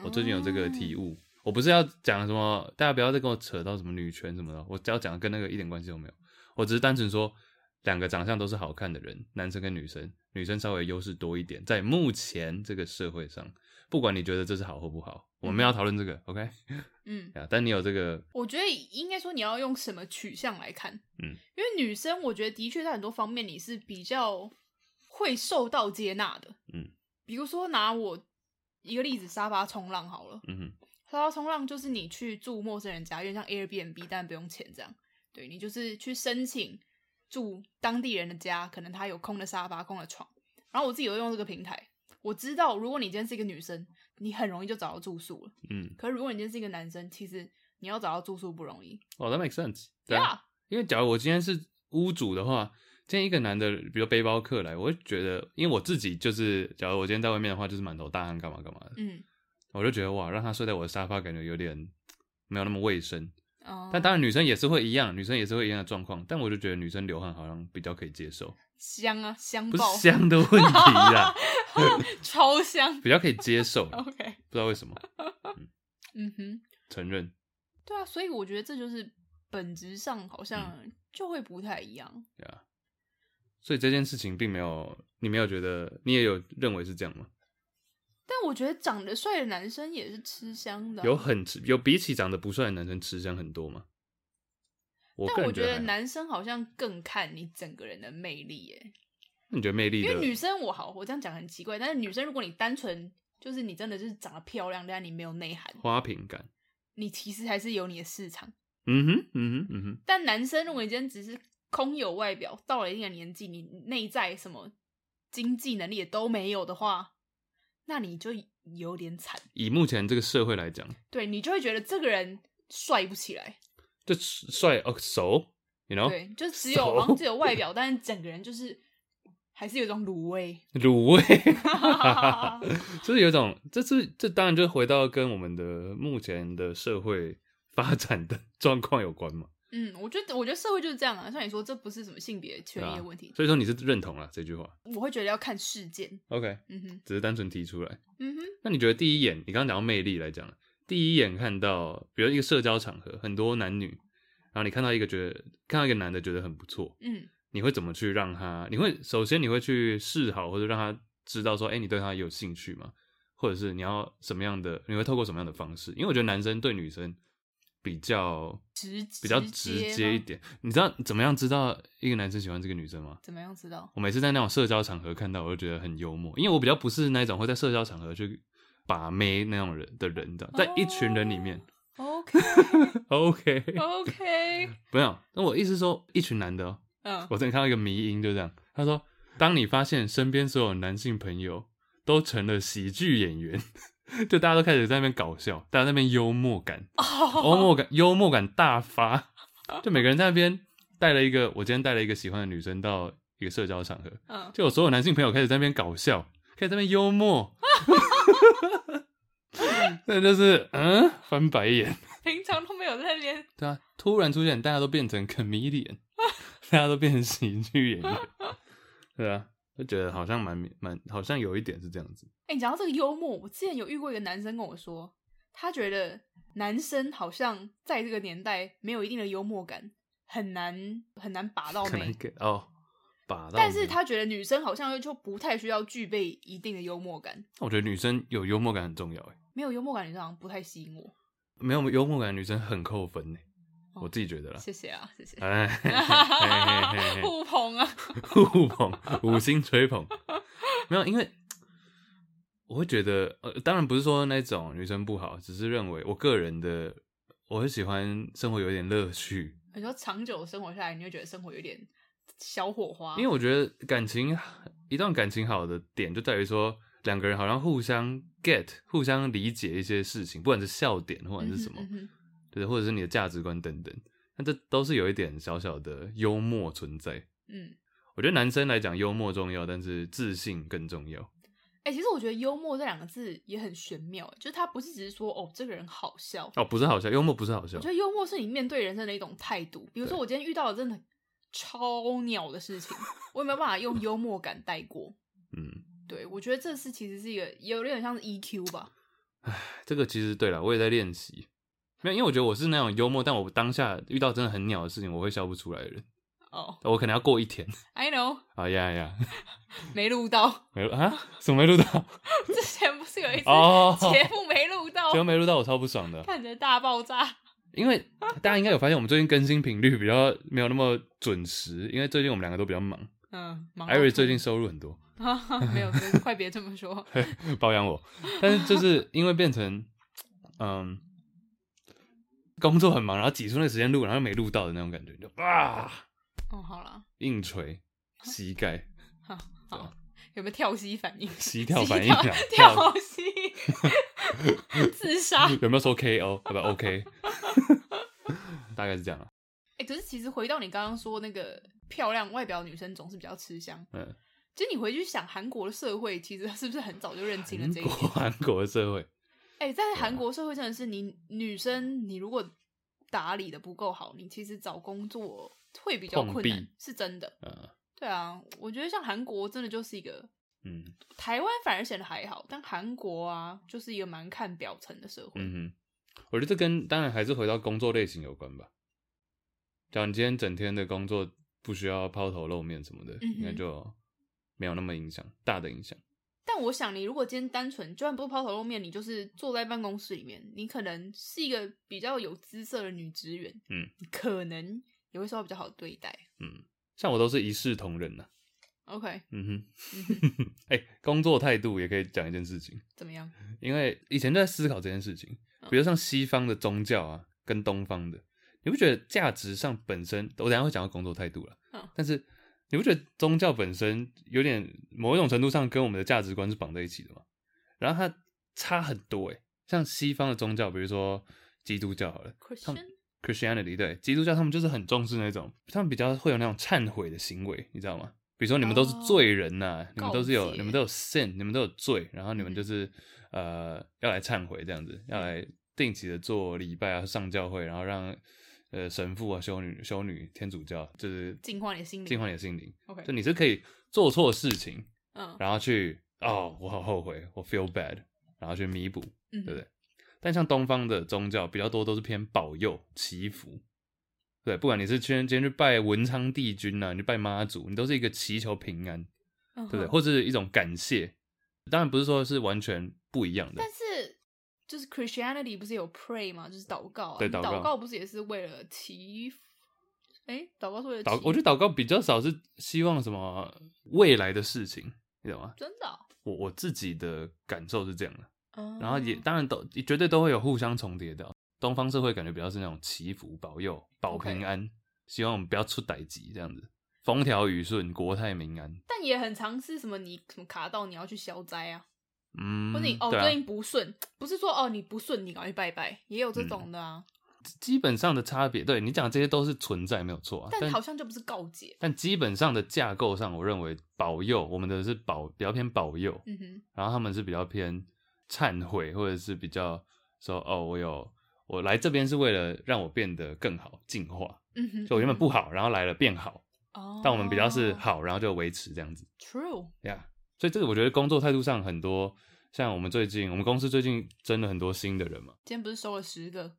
S1: 我最近有这个体
S2: 悟，
S1: 悟，我不是要讲什么，大家不要再跟我扯到什么女权什么的，我只要讲的跟那个一点关系都没有，我只是单纯说，两个长相都是好看的人，男生跟女生，女生稍微优势多一点，在目前这个社会上，不管你觉得这是好或不好，我们要讨论这个，OK？
S2: 嗯，
S1: 啊，但你有这个，
S2: 我觉得应该说你要用什么取向来看，
S1: 嗯，
S2: 因为女生我觉得的确在很多方面你是比较会受到接纳的，
S1: 嗯，
S2: 比如说拿我一个例子，沙发冲浪好了，
S1: 嗯哼，
S2: 沙发冲浪就是你去住陌生人家，有点像 Airbnb，但不用钱这样，对你就是去申请住当地人的家，可能他有空的沙发、空的床，然后我自己有用这个平台。我知道，如果你今天是一个女生，你很容易就找到住宿了。
S1: 嗯，
S2: 可是如果你今天是一个男生，其实你要找到住宿不容易。
S1: 哦，that makes sense，
S2: 对
S1: 啊，
S2: 啊，
S1: 因为假如我今天是屋主的话，今天一个男的，比如背包客来，我会觉得，因为我自己就是，假如我今天在外面的话，就是满头大汗，干嘛干嘛的，
S2: 嗯，
S1: 我就觉得哇，让她睡在我的沙发，感觉有点嘖没有那么卫生。
S2: 哦
S1: 但当然，女生也是会一样，女生也是会一样的状况。但我就觉得女生流汗好像比较可以接受，
S2: 香啊，香
S1: 不是
S2: 爆，
S1: 香的问题啦，
S2: 超香。
S1: 比较可以接受，不
S2: OK，
S1: 知道为什么，
S2: 嗯哼，
S1: 承认。
S2: 对啊，所以我觉得这就是本质上好
S1: 嗯
S2: 像就会不太一样。
S1: 所以这件事情并没有，你没有觉得，你也有认为是这样吗？
S2: 但我觉得长得帅的男生也是吃香的啊、
S1: 有很吃有比起长得不帅的男生吃香很多吗？我个
S2: 但我
S1: 人
S2: 觉
S1: 得还
S2: 得
S1: 好，
S2: 男生好像更看你整个人的魅力耶，
S1: 那你觉得魅力
S2: 因
S1: 的
S2: 为女生我好，我这样讲很奇怪，但是女生如果你单纯就是你真的就是长得漂亮，但你没有内涵，
S1: 花瓶感？
S2: 你其实还是有你的市场。
S1: 嗯哼，嗯哼，嗯哼，
S2: 但男生如果你今天只是空有外表，到了一定的年纪，你内在什么经济能力也都没有的话，那你就有点惨。
S1: 以目前这个社会来讲，
S2: 对你就会觉得这个人帅不起来。
S1: 就帅哦熟，you know，
S2: 对，就只有好像只有外表，但是整个人就是还是有一种卤味。
S1: 卤味，就是有一种，这是这当然就回到跟我们的目前的社会发展的状况有关嘛。
S2: 嗯，我觉得我觉得社会就是这样啊。像你说，这不是什么性别权益的问题，
S1: 所以说你是认同啊了这句话
S2: 我会觉得要看事件。
S1: ，OK，
S2: 嗯哼，
S1: 只是单纯提出来。
S2: 嗯哼，
S1: 那你觉得第一眼，你刚刚讲到魅力来讲，第一眼看到，比如一个社交场合，很多男女，然后你看到一个觉得看到一个男的觉得很不错，
S2: 嗯
S1: 你会怎么去让他？你会首先你会去示好，或者让他知道说，哎、你对他有兴趣吗？或者是你要什么样的？你会透过什么样的方式？因为我觉得男生对女生比较
S2: 直
S1: 比较直接一
S2: 吗
S1: 点。你知道怎么样知道一个男生喜欢这个女生吗？
S2: 怎么样知 道？
S1: 我每次在那种社交场合看到，我就觉得很幽默，因为我比较不是那种会在社交场合去把妹那种人的人，你知道，在一群人里面、
S2: OK 哦
S1: o k
S2: OK，
S1: 没有。那我意思是说，一群男的、哦，
S2: 嗯，
S1: 我之前看到一个迷音，就这样，他说：“当你发现身边所有男性朋友都成了喜剧演员，就大家都开始在那边搞笑，大家在那边幽默感，
S2: 哦
S1: 幽默感，幽默感大发，就每个人在那边带了一个，我今天带了一个喜欢的女生到一个社交场合，
S2: 嗯，
S1: 就有所有男性朋友开始在那边搞笑，开始在那边幽默。” 那就是嗯，翻白眼。
S2: 平常都没有在那边
S1: 对啊，突然出现，大家都变成 comedian， 大家都变成喜剧演员，对啊，就觉得好像蛮蛮，好像有一点是这样子，
S2: 哎、你讲到这个幽默，我之前有遇过一个男生跟我说，他觉得男生好像在这个年代没有一定的幽默感，很难很难把到
S1: 可能
S2: 妹。
S1: 给哦把到。
S2: 但是他觉得女生好像就不太需要具备一定的幽默感，
S1: 我觉得女生有幽默感很重要，哎，
S2: 没有幽默感，女生好像不太吸引我。
S1: 没有幽默感的女生很扣分哎，
S2: 哦
S1: 我自己觉得啦。
S2: 谢谢啊，谢谢，
S1: 哎， 嘿嘿嘿嘿嘿
S2: 互捧啊，
S1: 互捧，五星吹捧，没有，因为我会觉得，呃，当然不是说那种女生不好，只是认为我个人的，我很喜欢生活有点乐趣，
S2: 你说长久生活下来，你会觉得生活有点小火花，
S1: 因为我觉得感情一段感情好的点就在于说两个人好像互相 get，互相理解一些事情，不管是笑点或者是什么，
S2: 嗯哼嗯哼
S1: 对，或者是你的价值观等等，那这都是有一点小小的幽默存在。
S2: 嗯，
S1: 我觉得男生来讲幽默重要，但是自信更重要。
S2: 哎、其实我觉得幽默这两个字也很玄妙，就是它不是只是说哦这个人好笑，
S1: 哦，不是好笑，幽默不是好笑
S2: 我觉，得幽默是你面对人生的一种态度。比如说，
S1: 对
S2: 我今天遇到了真的超鸟的事情，我也没有办法用幽默感带过。
S1: 嗯，
S2: 对，我觉得这是其实是一个有点像是 EQ 吧。
S1: 这个其实对了，我也在练习。没有，因为我觉得我是那种幽默，但我当下遇到真的很鸟的事情，我会笑不出来的人，
S2: 哦、
S1: 我可能要过一天。
S2: i know，
S1: 啊呀呀，
S2: 没录到。
S1: 没录啊，怎么没录到？
S2: 之前不是有一次
S1: 哦，
S2: 节目没录到
S1: 结，果没录到，我超不爽的。
S2: 看着大爆炸。
S1: 因为大家应该有发现，我们最近更新频率比较没有那么准时，因为最近我们两个都比较忙。
S2: 嗯，忙到
S1: 艾瑞最近收入很多，
S2: 没有，真的快别这 么说。
S1: 包养我，但是就是因为变成，嗯，工作很忙，然后挤出那个时间录，然后没录到的那种感觉，就啊，
S2: 哦，好了，
S1: 硬锤，
S2: 啊
S1: 膝盖，
S2: 好，有没有跳吸反应？
S1: 膝跳反应
S2: 膝
S1: 啊，
S2: 跳跳吸， 自杀。
S1: 有没有说 KO？好吧，OK，大概是这样了。
S2: 哎、可是其实回到你刚刚说那个漂亮外表的女生总是比较吃香，
S1: 嗯，
S2: 其实你回去想韩国的社会，其实是不是很早就认清了
S1: 韩
S2: 这一
S1: 国啊
S2: 点？
S1: 韩国的社会，
S2: 哎、在韩国社会真的是你女生，你如果打理的不够好，你其实找工作会比较困
S1: 碰
S2: 难
S1: 壁，
S2: 是真的。
S1: 呃，
S2: 对啊，我觉得像韩国真的就是一个
S1: 嗯
S2: 台湾反而显得还好，但韩国啊就是一个蛮看表层的社会。
S1: 嗯哼，我觉得这跟当然还是回到工作类型有关吧。假如你今天整天的工作不需要抛头露面什么的，
S2: 嗯哼
S1: 应该就没有那么影响大的影响。
S2: 但我想，你如果今天单纯，就算不是抛头露面，你就是坐在办公室里面，你可能是一个比较有姿色的女职员，
S1: 嗯，
S2: 可能也会受到比较好的对待。
S1: 嗯，像我都是一视同仁呐、
S2: OK，
S1: 嗯
S2: 嗯哼，
S1: 哼， 哎、工作态度也可以讲一件事情，
S2: 怎么样？
S1: 因为以前就在思考这件事情，比如像西方的宗教啊，跟东方的，你不觉得价值上本身，我等一下会讲到工作态度了，
S2: 嗯
S1: 但是你不觉得宗教本身有点某一种程度上跟我们的价值观是绑在一起的吗？然后它差很多哎、像西方的宗教，比如说基督教好了
S2: Christian，
S1: Christianity 对基督教，他们就是很重视那种，他们比较会有那种忏悔的行为，你知道吗？比如说你们都是
S2: 哦
S1: 罪人呐、你们都是
S2: 告
S1: 有
S2: 诫
S1: 你们都有 sin，你们都有罪，然后你们
S2: 嗯
S1: 就是、呃要来忏悔这样子，要来定期的做礼拜啊，上教会，然后让呃神父啊、修女、修女、天主教就是
S2: 净化你的心灵
S1: 净化你的心灵。
S2: OK
S1: 就你是可以做错事情，
S2: 嗯
S1: 然后去哦，我好后悔，我 feel bad，然后去弥补，
S2: 嗯，
S1: 对不对？但像东方的宗教比较多都是偏保佑、祈福，对，不管你是今天今天去拜文昌帝君啊，你去拜妈祖，你都是一个祈求平安，
S2: 嗯
S1: 对不对？
S2: 哼
S1: 或者是一种感谢，当然不是说是完全不一样的
S2: 但，是就是 Christianity 不是有 pray 吗？就是祷告、啊，
S1: 对
S2: 你
S1: 祷告
S2: 祷告不是也是为了祈福？哎、祷告是为了
S1: 祷，我觉
S2: 就
S1: 得祷告比较少是希望什么未来的事情，你懂吗？
S2: 真的哦、
S1: 我我自己的感受是这样的，
S2: 嗯
S1: 然后也当然都绝对都会有互相重叠的哦。东方社会感觉比较是那种祈福、保佑、保
S2: OK
S1: 平安希望我们不要出歹疾这样子，风调雨顺、国泰民安。
S2: 但也很常是什么你什么卡到你要去消灾啊，
S1: 嗯，
S2: 或者你哦
S1: 对
S2: 最
S1: 啊，
S2: 近不顺，不是说哦你不顺你赶快去拜拜，也
S1: 嗯
S2: 有这种的啊，
S1: 基本上的差别，对你讲这些都是存在没有错啊，
S2: 但
S1: 但
S2: 好像就不是告解。
S1: 但基本上的架构上，我认为保佑我们的是保比较偏保佑，
S2: 嗯哼，
S1: 然后他们是比较偏忏悔，或者是比较说哦，我有我来这边是为了让我变得更好、进化，
S2: 嗯哼，
S1: 就我原本
S2: 嗯哼
S1: 不好，然后来了变好，
S2: 哦，
S1: 但我们比较是好，然后就维持这样子
S2: true，
S1: 呀。Yeah，所以这个我觉得工作态度上很多，像我们最近我们公司最近征了很多新的人嘛，
S2: 今天不是收了十个，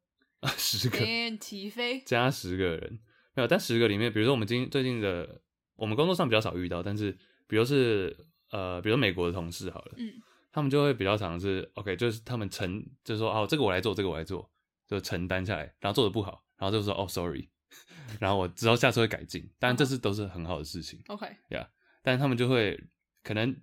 S1: 十个
S2: 天起飞，
S1: 加十个人，没有，但十个里面，比如说我们今最近的，我们工作上比较少遇到，但是比如是呃，比如美国的同事好了，
S2: 嗯，
S1: 他们就会比较常是 OK，就是他们承，就说哦，这个我来做，这个我来做，就承担下来，然后做的不好，然后就说哦，sorry，然后 我之后下次会改进，当然
S2: 嗯
S1: 这是都是很好的事情，
S2: OK，
S1: 但他们就会可能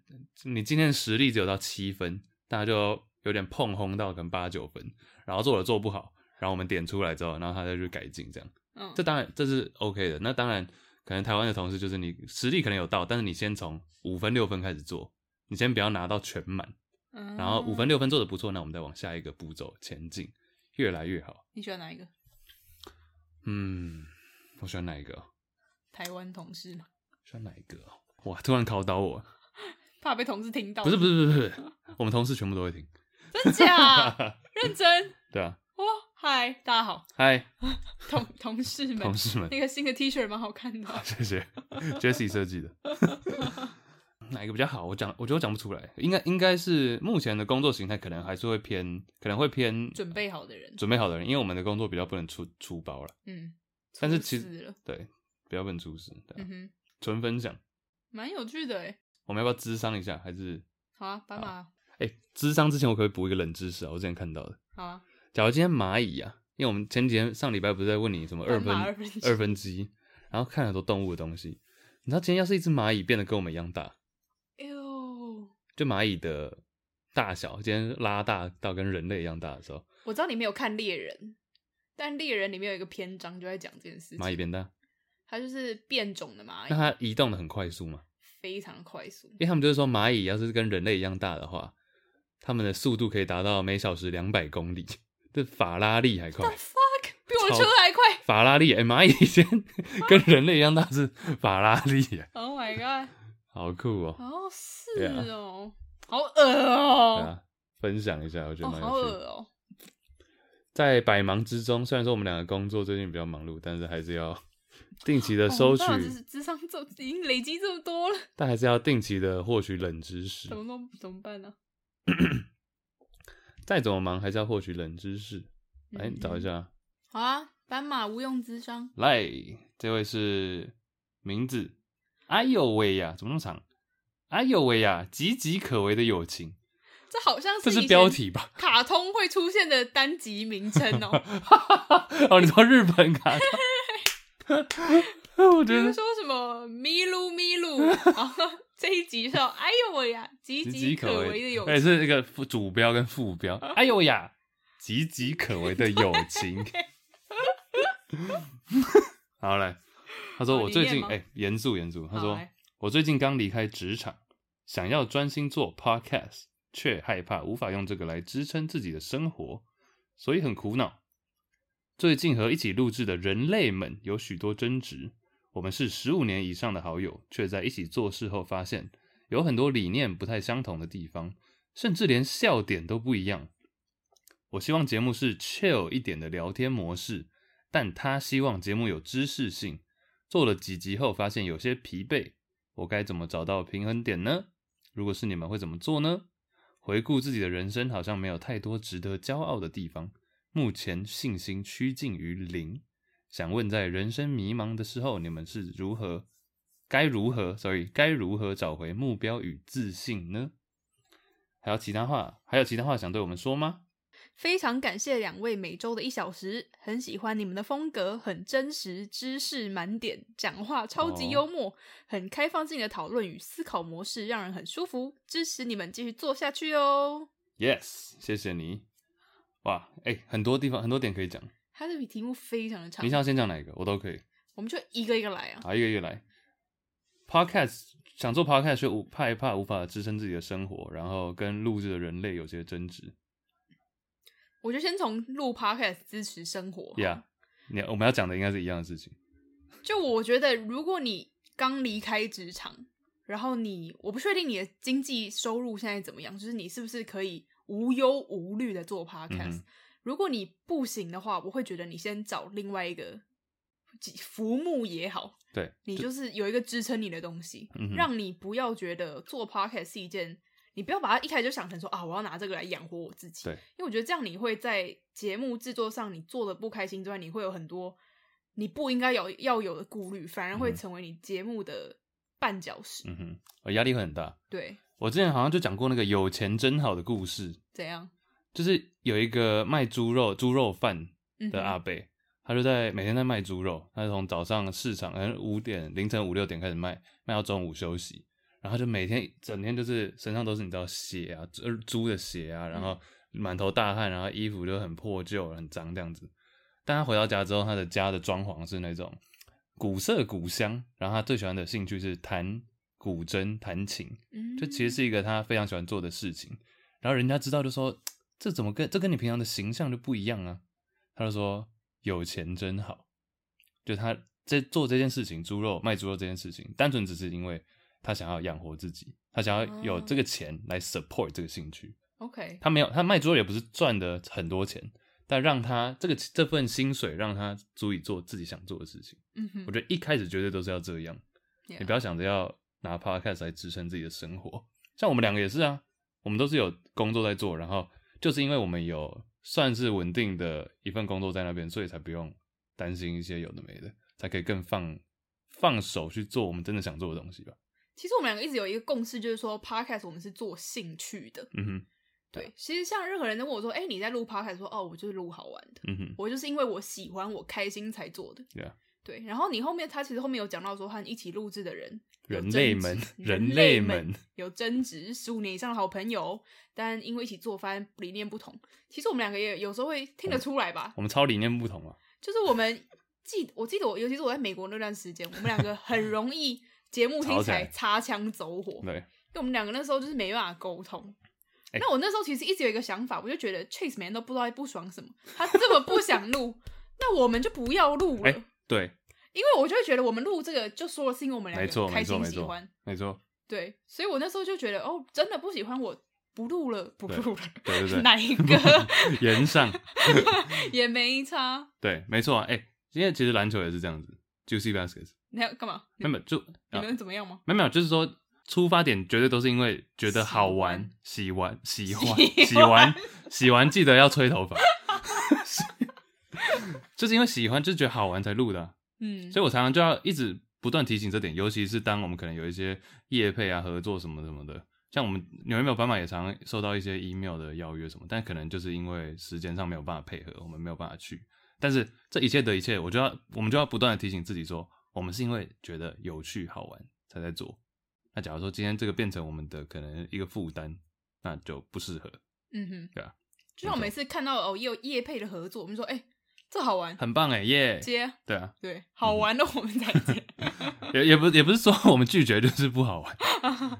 S1: 你今天的实力只有到七分，大家就有点碰轰到可能八九分，然后做的做不好，然后我们点出来之后，然后他再去改进这样。
S2: 嗯，
S1: 这当然这是 OK 的。那当然，可能台湾的同事就是你实力可能有到，但是你先从五分六分开始做，你先不要拿到全满，
S2: 然
S1: 然后五分，六分做的不错，那我们再往下一个步骤前进，越来越好。
S2: 你喜欢哪一个？
S1: 嗯，我喜欢哪一个哦？
S2: 台湾同事吗？
S1: 喜欢哪一个哦？哇，突然考倒我！
S2: 怕被同事听到，
S1: 不是不，是不是不是，我们同事全部都会听。
S2: 真假？认真
S1: 对啊，
S2: 哇！嗨，大家好，
S1: 嗨，
S2: 同同事们，
S1: 同事们，
S2: 那个新的 T 恤蛮好看 的，
S1: 谢谢 Jesse 设计的。 哪一个比较好？我讲，我觉得我讲不出来。应该应该是目前的工作形态，可能还是会偏，可能会偏
S2: 准备好的人，
S1: 准备好的人，因为我们的工作比较不能出出包了，
S2: 嗯，
S1: 但是
S2: 猝
S1: 其实
S2: 死了，
S1: 对，比较不能出事，对啊
S2: 嗯哼，
S1: 纯分享。
S2: 蛮有趣的哎。
S1: 我们要不要智商一下？还是
S2: 好啊，斑马，
S1: 哎，智、商之前我可不可以补一个冷知识啊？我之前看到的，
S2: 好啊，
S1: 假如今天蚂蚁啊，因为我们前几天上礼拜不是在问你什么二分
S2: 斑马二分之
S1: 二分之一，然后看很多动物的东西，你知道今天要是一只蚂蚁变得跟我们一样大，
S2: 哎呦，
S1: 就蚂蚁的大小，今天拉大到跟人类一样大的时候，
S2: 我知道你没有看猎人，但猎人里面有一个篇章就在讲这件事
S1: 蚂蚁
S2: 情，
S1: 变大，
S2: 它就是变种的蚂
S1: 那
S2: 蚁，
S1: 它移动的很快速嘛？
S2: 非常 快速，
S1: 因为他们就是说，蚂蚁要是跟人类一样大的话，它们的速度可以达到每小时两百公里，这法拉利还快。
S2: fuck，比我的
S1: 超
S2: 车啊 还快
S1: 法拉利，哎、蚂蚁先跟人类一样大是法拉利耶，
S2: ，Oh my god，
S1: 好酷哦、
S2: 哦是
S1: 对啊
S2: 哦，好恶哦
S1: 对。啊，分享一下，啊我觉
S2: 哦，
S1: 得蛮
S2: 好
S1: 有趣
S2: 恶
S1: 的。
S2: 哦、
S1: 在百忙之中，虽然说我们两个工作最近比较忙碌，但是还是要 定期的
S2: 哦
S1: 收取，
S2: 我爸爸只是智商这已经累积这么多了，
S1: 但还是要定期的获取冷知识
S2: 怎。么弄？怎么办呢、
S1: 再怎么忙，还是要获取冷知识。来，
S2: 嗯
S1: 你找一下，
S2: 好啊，斑马无用之商，
S1: 来，这位是名字，哎呦喂呀，怎么那么长？哎呦喂呀，岌岌可危的友情，
S2: 这好像
S1: 这
S2: 是
S1: 是
S2: 以前
S1: 标题吧？
S2: 卡通会出现的单集名称哦、
S1: 哦，你说日本卡通？我
S2: 比
S1: 觉
S2: 如
S1: 得
S2: 说什么咪噜咪 噜，然后这一集是哦哎呦喂呀，岌
S1: 岌
S2: 岌
S1: 岌
S2: 可
S1: 可
S2: 危的友
S1: 哎，
S2: 情，啊
S1: 是那个副主标跟副标。哎呦呀，岌岌可危的友 情。 好来，他说
S2: 哦
S1: 我
S2: 你
S1: 最
S2: 念
S1: 近
S2: 吗
S1: 哎，严肃严肃，他
S2: 好
S1: 说
S2: 来
S1: 我最近刚离开职场，想要专心做 podcast，却害怕无法用这个来支撑自己的生活，所以很苦恼。最近和一起录制的人类们有许多争执，我们是十五年以上的好友，却在一起做事后发现有很多理念不太相同的地方，甚至连笑点都不一样。我希望节目是 chill 一点的聊天模式，但他希望节目有知识性。做了几集后发现有些疲惫，我该怎么找到平衡点呢？如果是你们会怎么做呢？回顾自己的人生，好像没有太多值得骄傲的地方，目前信心趋近于零。想问，在人生迷茫的时候，你们是如何，该如何，sorry，该如何找回目标与自信呢？还有其他话，还有其他话想对我们说吗？
S2: 非常感谢两位每周的一小时，很喜欢你们的风格，很真实，知识满点，讲话超级幽默，很开放性的讨论与思考模式，让人很舒服。支持你们继续做下去哦。
S1: Yes，谢谢你。哇，哎、很多地方很多点可以讲，
S2: 他这笔题目非常的长
S1: 你，想要先讲哪一个？我都可以，
S2: 我们就一个一个来啊。
S1: 好，一个一个来。Podcast 想做 Podcast 却无害怕无法支撑自己的生活，然后跟录制的人类有些争执。
S2: 我就先从录 podcast 支持生活。
S1: Yeah，你我们要讲的应该是一样的事情。
S2: 就我觉得，如果你刚离开职场，然后你我不确定你的经济收入现在怎么样，就是你是不是可以无忧无虑的做
S1: 嗯
S2: podcast、
S1: 哼
S2: 如果你不行的话，我会觉得你先找另外一个几浮木也好，
S1: 对，
S2: 你就是有一个支撑你的东西，
S1: 嗯哼
S2: 让你不要觉得做 podcast 是一件，你不要把它一开始就想成说啊，我要拿这个来养活我自己。
S1: 对
S2: 因为我觉得这样你会在节目制作上你做的不开心之外，你会有很多你不应该有要有的顾虑，反而会
S1: 嗯
S2: 成为你节目的绊脚石。
S1: 嗯哼，我压力会很大。
S2: 对，
S1: 我之前好像就讲过那个有钱真好的故事，
S2: 怎样？
S1: 就是有一个卖猪肉猪肉贩
S2: 嗯
S1: 的阿
S2: 哼，
S1: 贝，他就在每天在卖猪肉，他就从早上市场可能五点凌晨五六点开始卖，卖到中午休息，然后他就每天整天就是身上都是你知道血啊，猪猪的血啊，然
S2: 嗯
S1: 后满头大汗，然后衣服就很破旧很脏这样子。但他回到家之后，他的家的装潢是那种古色古香，然后他最喜欢的兴趣是弹古筝、弹琴，
S2: 嗯
S1: 这其实是一个他非常喜欢做的事情。然后人家知道就说，这怎么跟这跟你平常的形象就不一样啊？他就说有钱真好，就他在做这件事情，猪肉卖猪肉这件事情，单纯只是因为他想要养活自己，他想要有这个钱来 support 这个兴趣。
S2: OK，
S1: 他没有，他卖猪肉也不是赚的很多钱，但让他这个这份薪水让他足以做自己想做的事情。
S2: 嗯哼
S1: 我，觉得一开始绝对都是要这样。你不
S2: 要
S1: 要想着要拿 podcast 来支撑自己的生活。像我们两个也是啊，我们都是有工作在做，然后就是因为我们有算是稳定的一份工作在那边，所以才不用担心一些有的没的，才可以更放放手去做我们真的想做的东西吧。
S2: 其实我们两个一直有一个共识，就是说 podcast 我们是做兴趣的。
S1: 嗯哼，
S2: 对，其实像任何人都问我说：“哎、你在录 podcast？” 说：“哦，我就是录好玩的，
S1: 嗯哼，
S2: 我就是因为我喜欢，我开心才做的。”
S1: Yeah
S2: 对，然后你后面他其实后面有讲到说和一起录制的人，有
S1: 人类
S2: 争执
S1: 们，
S2: 人
S1: 人
S2: 类
S1: 类
S2: 们
S1: 们，
S2: 有争执，十五年以上的好朋友，但因为一起做饭理念不同，其实我们两个也有时候会听得出来吧，
S1: 我们超理念不同啊。
S2: 就是我们记，我记得我，尤其是我在美国那段时间，我们两个很容易节目听
S1: 吵
S2: 起
S1: 起
S2: 来
S1: 来
S2: 擦枪走火，
S1: 对，
S2: 因为我们两个那时候就是没办法沟通。
S1: 哎
S2: 那我那时候其实一直有一个想法，我就觉得 Chase 每天都不知道在不爽什么，他这么不想录，那我们就不要录了，
S1: 哎对，
S2: 因为我就会觉得我们录这个就说了是因为我们两
S1: 没
S2: 个
S1: 错，
S2: 开
S1: 没错，
S2: 心
S1: 没
S2: 喜
S1: 错
S2: 欢，，
S1: 没错，
S2: 对，所以我那时候就觉得哦，真的不喜欢我不录了，不录了，
S1: 对对对
S2: 哪 一个
S1: 言上，
S2: 也没差，
S1: 对，没错啊。哎、今天其实篮球也是这样子，Juicy Baskets，
S2: 你要干嘛？
S1: 那么就
S2: 你
S1: 啊
S2: 们怎么样吗？
S1: 没有没有，就是说出发点绝对都是因为觉得好玩、喜欢、喜欢、喜欢、喜欢，记得要吹头发， 就是因为喜欢，就觉得好玩才录的啊、
S2: 嗯，
S1: 所以我常常就要一直不断提醒这点，尤其是当我们可能有一些业配啊、合作什么什么的，像我们纽约没有斑马也常常收到一些 email 的邀约什么，但可能就是因为时间上没有办法配合，我们没有办法去。但是这一切的一切，我就要我们就要不断的提醒自己说，我们是因为觉得有趣好玩才在做。那假如说今天这个变成我们的可能一个负担，那就不适合。
S2: 嗯哼，
S1: 对啊，
S2: 就像我每次看到哦，也有业配的合作，我们说哎、这好玩，
S1: 很棒哎耶
S2: 接
S1: 对啊，
S2: 对，好玩的我们再接。
S1: 也也不也不是说我们拒绝就是不 好玩，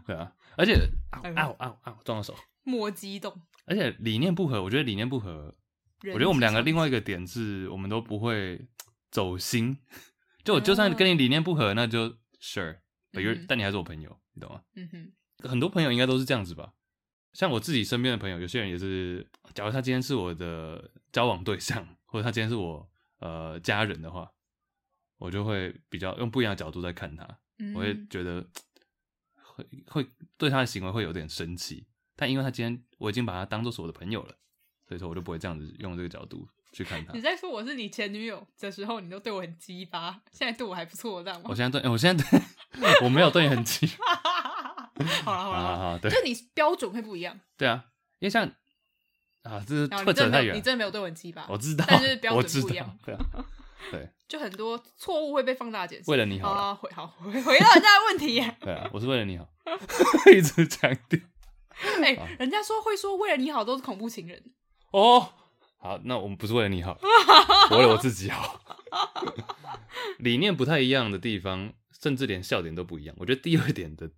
S1: 对啊，而且啊
S2: 哎呦
S1: 啊啊啊撞到手，
S2: 莫激动，
S1: 而且理念不合，我觉得理念不合，我
S2: 我
S1: 觉得我们两个另外一个点是，我们都不会走心，就我就算跟你理念不合，那就 sure，but you're-
S2: 啊嗯
S1: 但你还是我朋友，你懂吗？
S2: 嗯哼，
S1: 很多朋友应该都是这样子吧。像我自己身边的朋友，有些人也是，假如他今天是我的交往对象，或者他今天是我呃家人的话，我就会比较用不一样的角度在看他。
S2: 嗯
S1: 我会觉得会会对他的行为会有点生气，但因为他今天我已经把他当做是我的朋友了，所以说我就不会这样子用这个角度去看他
S2: 你。在说我是你前女友的时候，你都对我很鸡巴，现在对我还不错，这样吗
S1: 我？现在对，欸我现在对，我没有对你很气，
S2: 好了
S1: 好
S2: 好啊了，
S1: 好
S2: 好啦
S1: 好，对
S2: 就你标准会不一样。
S1: 对啊，因为像啊，这是
S2: 然后
S1: 会
S2: 哦你真
S1: 扯
S2: 的
S1: 太
S2: 没有，
S1: 远
S2: 你真，的没有对我很鸡巴
S1: 我，知道
S2: 但是标，
S1: 我
S2: 准
S1: 知
S2: 不一
S1: 道
S2: 样，
S1: 对啊，对，
S2: 就很多错误会被放大解释。
S1: 为了你好啦，
S2: 啊，回好回回到人家的问题，
S1: 对啊，我是为了 你好，一直强调
S2: 哎，人家说会说为了你好都是恐怖情人，
S1: 哦。好，那我们不是为了你好，我为了我自己好。 理念不太一样的地方，甚至连笑点都不一样。我觉得第二点的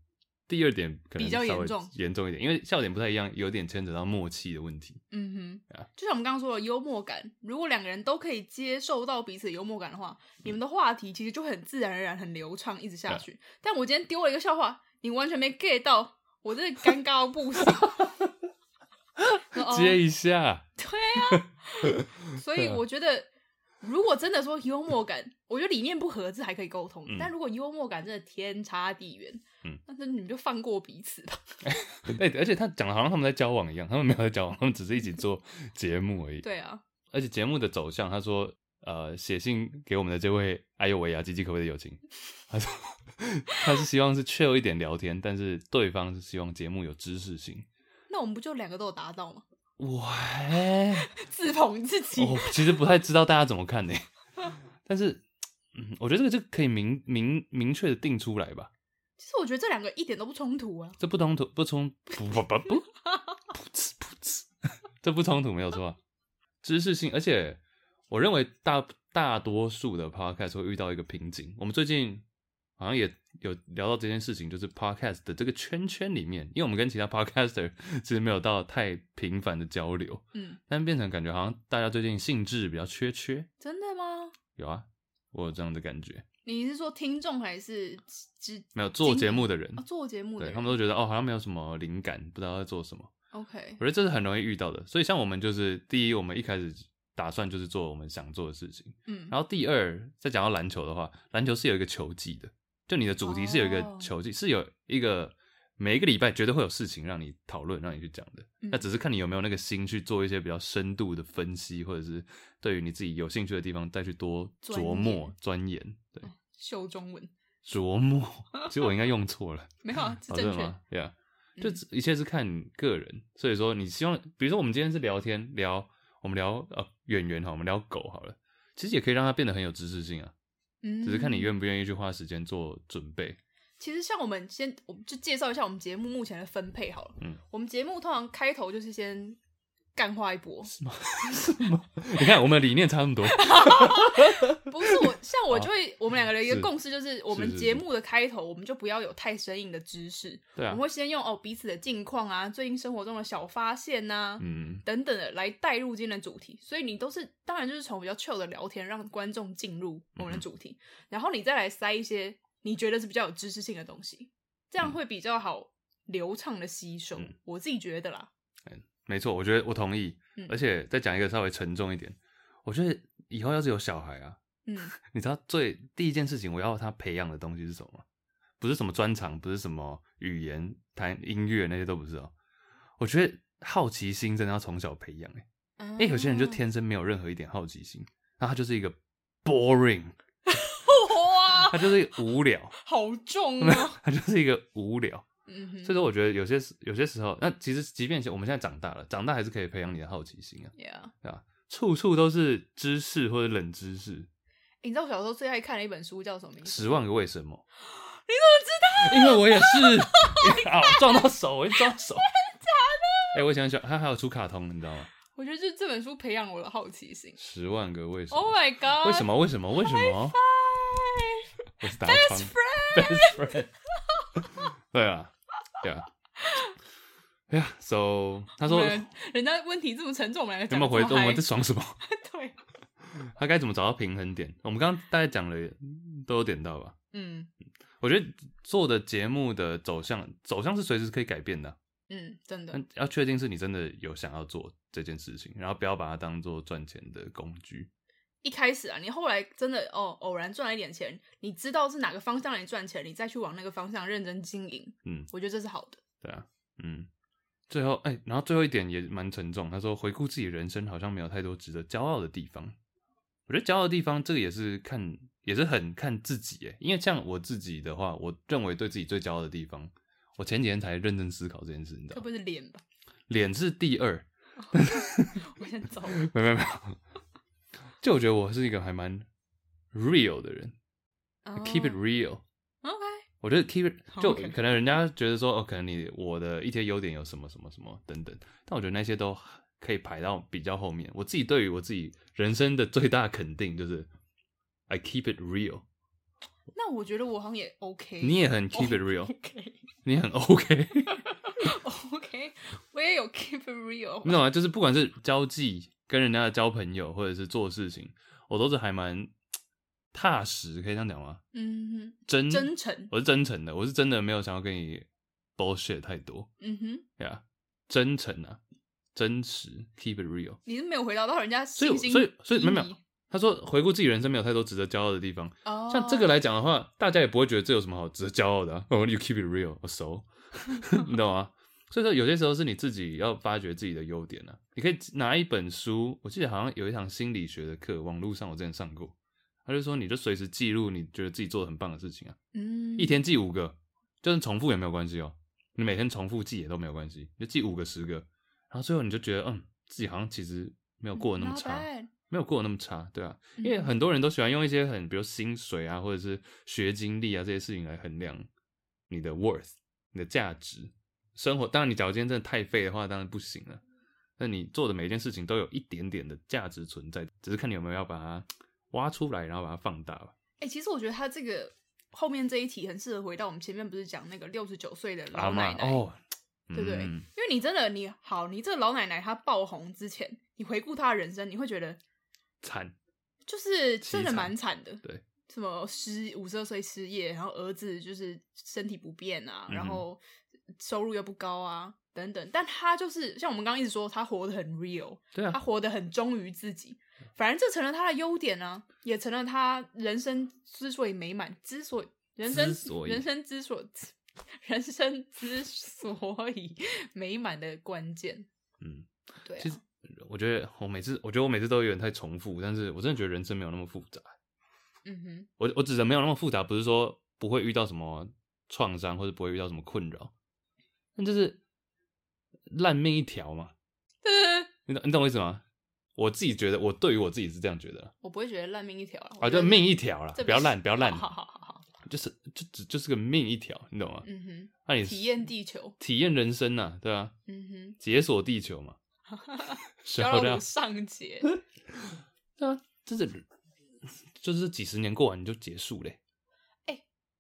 S1: 第二点可能
S2: 比较
S1: 稍
S2: 严
S1: 微
S2: 重
S1: 严重一点，因为笑点不太一样，有点牵扯到默契的问题。
S2: 嗯哼
S1: 啊，
S2: 就像我们刚刚说的幽默感，如果两个人都可以接受到彼此的幽默感的话，你们的话题其实就会很自然而然、很流畅，一直
S1: 啊
S2: 下去。但我今天丢了一个笑话，你完全没 get 到，我真的尴尬到 不行。说哦哦
S1: 接一下，
S2: 对啊，所以我觉得如果真的说幽默感，我觉得理念不合，这还可以沟通。
S1: 嗯
S2: 但如果幽默感真的天差地远，
S1: 嗯，
S2: 那那你们就放过彼此 吧。
S1: 哎、而且他讲的好像他们在交往一样，他们没有在交往，他们只是一起做节目而已。
S2: 对啊，
S1: 而且节目的走向，他说，呃，写信给我们的这位哎呦喂呀，岌岌可危的友情，他说 他是希望是 chill 一点聊天，但是对方是希望节目有知识性。
S2: 那我们不就两个都有达到吗？
S1: 喂，
S2: 自捧自己，
S1: 我哦其实不太知道大家怎么看呢、 但是。嗯，我觉得这个就可以明明明确的定出来吧，
S2: 其实我觉得这两个一点都不冲突啊。
S1: 这不冲突，不冲不不不不，噗嗤噗嗤， 这不冲突没有错啊、知识性，而且我认为大大多数的 podcast 会遇到一个瓶颈。我们最近好像也有聊到这件事情，就是 podcast 的这个圈圈里面，因为我们跟其他 podcaster 其实没有到太频繁的交流，
S2: 嗯，
S1: 但变成感觉好像大家最近兴致比较缺缺。
S2: 真的吗？
S1: 有啊，我有这样的感觉，
S2: 你是说听众还是只
S1: 没有做节目的人
S2: 啊、，做节目的
S1: 对
S2: 人
S1: 他们都觉得哦，好像没有什么灵感，不知道在做什么。
S2: OK？
S1: 我觉得这是很容易遇到的。所以像我们就是第一，我们一开始打算就是做我们想做的事情。
S2: 嗯，
S1: 然后第二，再讲到篮球的话，篮球是有一个球技的，就你的主题是有一个
S2: 哦
S1: 球技，是有一个每一个礼拜绝对会有事情让你讨论，让你去讲的。
S2: 嗯
S1: 那只是看你有没有那个心去做一些比较深度的分析，或者是对于你自己有兴趣的地方再去多琢磨钻研。对，
S2: 哦秀中文
S1: 琢磨，其实我应该用错了。
S2: 没有啊，是
S1: 哦，真的
S2: 正确。
S1: 吗？Yeah，
S2: 嗯
S1: 就只一切是看个人。所以说，你希望，比如说我们今天是聊天，聊我们聊呃演员好，我们聊狗好了，其实也可以让它变得很有知识性啊，
S2: 嗯，
S1: 只是看你愿不愿意去花时间做准备。
S2: 其实像我们先，我们就介绍一下我们节目目前的分配好了。
S1: 嗯，
S2: 我们节目通常开头就是先干花一波，
S1: 你看，我们的理念差那 么多，
S2: 不是我，像我就会，我们两个的一个
S1: 哦是
S2: 共识就是，我
S1: 是
S2: 们
S1: 是
S2: 节目的开头我们就不要有太生硬的知识，
S1: 对
S2: 我
S1: 啊
S2: 们，会先用哦彼此的近况啊，最近生活中的小发现啊呐、
S1: 嗯，
S2: 等等的来带入今天的主题，所以你都是当然就是从比较 chill 的聊天，让观众进入
S1: 嗯
S2: 我们的主题，然后你再来塞一些你觉得是比较有知识性的东西，这样会比较好流畅的吸收。
S1: 嗯
S2: 我自己觉得啦，
S1: 没错，我觉得我同意
S2: 嗯。
S1: 而且再讲一个稍微沉重一点，我觉得以后要是有小孩啊，
S2: 嗯，
S1: 你知道最第一件事情我要他培养的东西是什么吗？不是什么专长，不是什么语言、弹音乐那些都不是哦。我觉得好奇心真的要从小培养 诶、
S2: 哎
S1: 欸，有些人就天生没有任何一点好奇心，那他就是一个 boring，
S2: 哦哇，
S1: 他就是一个无 聊，
S2: 好重 哦，
S1: 他就是一个无聊。
S2: 嗯
S1: 所以
S2: 哼
S1: 说，我觉得有些时有些时候，那其实即便是我们现在长大了，长大还是可以培养你的好奇心啊，
S2: ，Yeah。
S1: 对吧？处处都是知识或者冷知识，
S2: 欸你知道我小时候最爱看的一本书叫什么名
S1: 《
S2: 字？
S1: 十万个为什 么》。你怎么知道？因为我也 是 啊，我撞到手，我一撞到手。哎、我想想，它还有出卡通，你知道吗？
S2: 我觉得就是这本书培养我的好奇心
S1: 《十万个为什么》
S2: Oh my god！
S1: 为什？么？为什么？为什么？我是打窗。Best friend。Best friend。对啊，对啊。哎呀，so 他说
S2: 我们人家问题这么沉重，我们两个
S1: 有
S2: 讲
S1: 没
S2: 得
S1: 有回？
S2: 这
S1: 我
S2: 么嗨
S1: 们在爽什么？
S2: 对，
S1: 他该怎么找到平衡点？我们刚刚大概讲了，都有点到吧？
S2: 嗯
S1: 我觉得做的节目的走向，走向是随时可以改变的啊、
S2: 嗯，真的
S1: 但要确定是你真的有想要做这件事情，然后不要把它当做赚钱的工具。
S2: 一开始啊，你后来真的哦，偶然赚了一点钱，你知道是哪个方向来赚钱，你再去往那个方向认真经营，
S1: 嗯，
S2: 我觉得这是好的。
S1: 对啊，嗯。最后，哎、然后最后一点也蛮沉重。他说，回顾自己人生，好像没有太多值得骄傲的地方。我觉得骄傲的地方，这个也是看，也是很看自己耶。因为像我自己的话，我认为对自己最骄傲的地方，我前几天才认真思考这件事，你知
S2: 特
S1: 道吗？
S2: 别是 脸吧，
S1: 脸是第二，
S2: 我先走了。
S1: 没有没有没有。就我觉得我是一个还蛮 real 的人、k
S2: 哦
S1: e e p it real。
S2: 嗯 OK，
S1: 我觉得 keep it- 就
S2: OK
S1: 可能人家觉得说哦，可能你我的一些优点有什么什么什么等等，但我觉得那些都可以排到比较后面。我自己对于我自己人生的最大肯定就是 I keep it real，
S2: 那我觉得我好像也 OK。
S1: 你也很 keep it real，、
S2: OK
S1: 你很 OK，
S2: OK，我也有 keep it real
S1: 你。懂吗？就是不管是交际跟人家的交朋友，或者是做事情，我都是还蛮踏实，可以这样讲吗？
S2: 嗯
S1: 真
S2: 哼，真诚。
S1: 我是真诚的，我是真的没有想要跟你 bullshit 太多。
S2: 嗯哼，
S1: 对啊，真诚啊，真实，keep it real。
S2: 你是没有回答到人家
S1: 所以我，
S2: 信心
S1: 所以，所以没有没
S2: 依
S1: 有
S2: 你，
S1: 他说回顾自己人生没有太多值得骄傲的地方，
S2: 哦，
S1: 像这个来讲的话，大家也不会觉得这有什么好值得骄傲的、啊。哦、oh,，You keep it real，我 熟， 你懂吗？所以说有些时候是你自己要发掘自己的优点啊。你可以拿一本书，我记得好像有一堂心理学的课，网络上我之前上过，他就说你就随时记录你觉得自己做的很棒的事情啊，
S2: 嗯，
S1: 一天记五个，就是重复也没有关系哦，你每天重复记也都没有关系，你就记五个十个，然后最后你就觉得嗯，自己好像其实没有
S2: 嗯
S1: 过得那么
S2: Not
S1: 差。
S2: bad
S1: 没有过得那么差，对啊，
S2: 嗯
S1: 因为很多人都喜欢用一些很，比如薪水啊，或者是学经历啊这些事情来衡量你的 worth，你的价值。生活，当然你假如今天真的太废的话，当然不行了。那你做的每一件事情都有一点点的价值存在，只是看你有没有要把它挖出来，然后把它放大吧。
S2: 哎、其实我觉得他这个后面这一题很适合回到我们前面不是讲那个六十九岁的老奶奶，
S1: 嬷哦，
S2: 对不对？
S1: 嗯
S2: 因为你真的你好，你这个老奶奶她爆红之前，你回顾她的人生，你会觉得
S1: 惨，
S2: 就是真
S1: 凄
S2: 的
S1: 惨
S2: 蛮惨的，
S1: 对。
S2: 什么失五十二岁失业，然后儿子就是身体不便啊，
S1: 嗯
S2: 然后收入又不高啊，等等。但她就是像我们刚刚一直说，她活得很 real，
S1: 对啊
S2: 他，活得很忠于自己，
S1: 嗯
S2: 反正这成了他的优点呢、也成了他人生之所以美满，之所以人生
S1: 之所以
S2: 人生之所 人生之所以美满的关键。
S1: 嗯，
S2: 对、啊，
S1: 其实我觉得我每次，我觉得我每次都有点太重复，但是我真的觉得人生没有那么复杂。
S2: 嗯哼，
S1: 我我指的没有那么复杂，不是说不会遇到什么创伤或者不会遇到什么困扰，那就是烂命一条嘛。
S2: 呃
S1: 你懂你懂我意思吗？我自己觉得，我对于我自己是这样觉得
S2: 我不会觉得烂命一条啊
S1: 啊，就命一条啦，不要烂，不要烂，
S2: 好好好好，
S1: 就是就只就是个命一条，你懂吗？
S2: 嗯哼，
S1: 那、你
S2: 体验地球，
S1: 体验人生呐、对啊，
S2: 嗯哼，
S1: 解锁地球 嘛，
S2: 不
S1: 小
S2: 要让
S1: 料
S2: 我 上节，
S1: 对啊，这是 就是几十年过完你就结束欸嘞、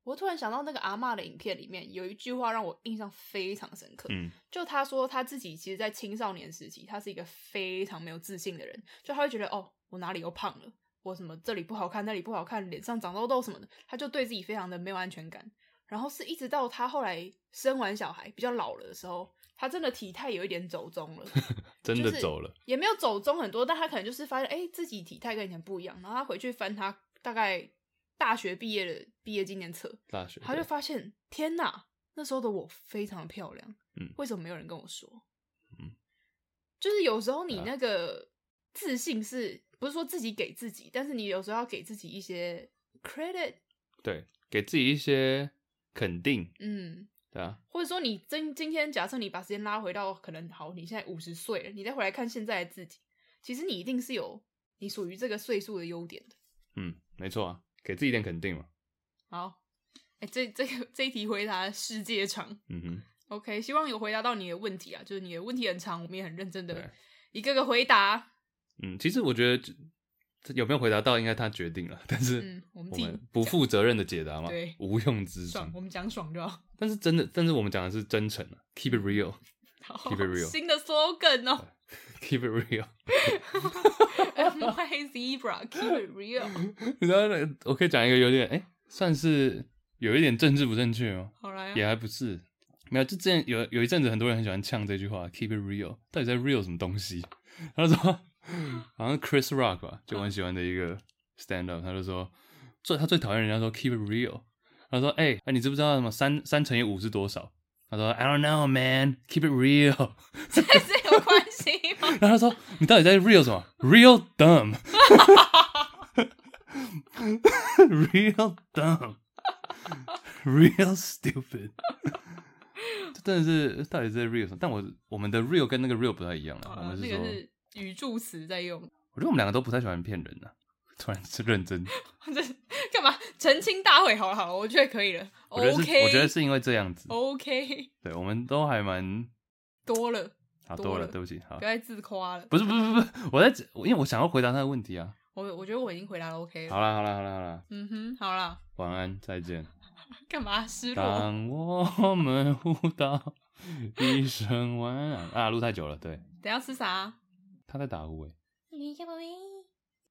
S2: 我突然想到那个阿嬷的影片里面有一句话让我印象非常深刻，
S1: 嗯
S2: 就他说他自己其实，在青少年时期，他是一个非常没有自信的人，就他会觉得哦，我哪里又胖了，我什么这里不好看，那里不好看，脸上长痘痘什么的，他就对自己非常的没有安全感。然后是一直到他后来生完小孩比较老了的时候，他真的体态有一点走中了，
S1: 真的
S2: 就是
S1: 走了，
S2: 也没有走中很多，但他可能就是发现，哎、自己体态跟以前不一样。然后他回去翻他大概大学毕业的毕业纪念册，
S1: 大学
S2: 他就
S1: 对
S2: 发现，天哪，那时候的我非常漂亮，
S1: 嗯
S2: 为什么没有人跟我说？
S1: 嗯，
S2: 就是有时候你
S1: 啊
S2: 那个自信是、不是说自己给自己，但是你有时候要给自己一些 credit，
S1: 对，给自己一些肯定，
S2: 嗯，
S1: 对啊，
S2: 或者说你今今天假设你把时间拉回到可能好，你现在五十岁了，你再回来看现在的自己，其实你一定是有你属于这个岁数的优点的。
S1: 嗯，没错啊，给自己一点肯定嘛。
S2: 好，哎、这这个这一题回答世界长。
S1: 嗯哼，
S2: OK，希望有回答到你的问题啊，就是你的问题很长，我们也很认真
S1: 对
S2: 的一个个回答。
S1: 嗯，其实我觉得这这有没有回答到，应该他决定了，但是
S2: 嗯，我们
S1: 我
S2: 自己
S1: 们嗯不负责任的解答嘛，
S2: 对
S1: 无用之
S2: 爽
S1: 争，。
S2: 我们讲爽就好。
S1: 但是真的，但是我们讲的是真诚啊，keep it real，keep
S2: 好
S1: Keep it real
S2: 新的 slogan 哦
S1: it real。
S2: ，M Y Zebra，Keep it real。
S1: 你知道那个，我可以讲一个有点，哎、算是有一点政治不正确哦吗？
S2: 好来
S1: 也
S2: 啊，
S1: 还不是，没有。就之前有有一阵子，很多人很喜欢呛这句话，keep it real，到底在 real 什么东西？他就说，好像 Chris Rock 吧，就我很喜欢的一个 stand up，他就说，最他最讨厌人家说 keep it real，他说，哎、哎你知不知道什么三三乘以五是多少？他说，I don't know, man, keep it real。
S2: 这这有关系吗？
S1: 然后他说，你到底在 real 什么？real dumb。real dumb, real stupid，这真的是到底是 real 什么？但我我们的 real 跟那个 real 不太一样了， 我
S2: 好啦
S1: 们是
S2: 那
S1: 说，
S2: 个是语助词在用，
S1: 我觉得我们两个都不太喜欢骗人啊。突然是认真，
S2: 这干嘛澄清大会？好了好了，我觉得可以了。
S1: 我觉得是
S2: OK，哦
S1: 我觉得是因为这样子，
S2: OK
S1: 对，我们都还蛮
S2: 多了，
S1: 好
S2: 多
S1: 多了，
S2: 了
S1: 对不起，好
S2: 不，要再自夸了。
S1: 不是不是不是，我在指因为我想要回答他的问题啊。
S2: 我我觉得我已经回答了 OK 了。
S1: 好啦好啦好啦好啦，
S2: 嗯哼，好啦，
S1: 晚安，再见。
S2: 干嘛失落？
S1: 当我们互道一声晚安啊，录太久了，对，
S2: 等一下吃啥、啊
S1: 他在打呼诶，欸
S2: 你要不要？哎、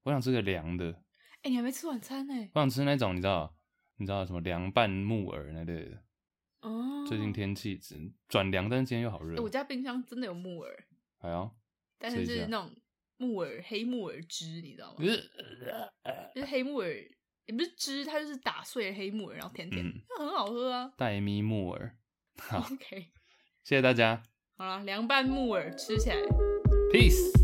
S1: 我想吃个凉的，
S2: 你还没吃晚餐呢、
S1: 我想吃那种你知道，你知道什么凉拌木耳那类的。
S2: 哦，
S1: 最近天气只转凉，但是今天又好热
S2: 欸、。我家冰箱真的有木耳，
S1: 哎呦，
S2: 但
S1: 试
S2: 是
S1: 一下
S2: 是那种木耳黑木耳汁，你知道吗？
S1: 呃
S2: 就是黑木耳，也不是汁，它就是打碎的黑木耳，然后甜甜，
S1: 嗯
S2: 那很好喝啊。
S1: 黛咪木耳，
S2: OK，
S1: 谢谢大家
S2: 好了，凉拌木耳吃起来。
S1: ，peace。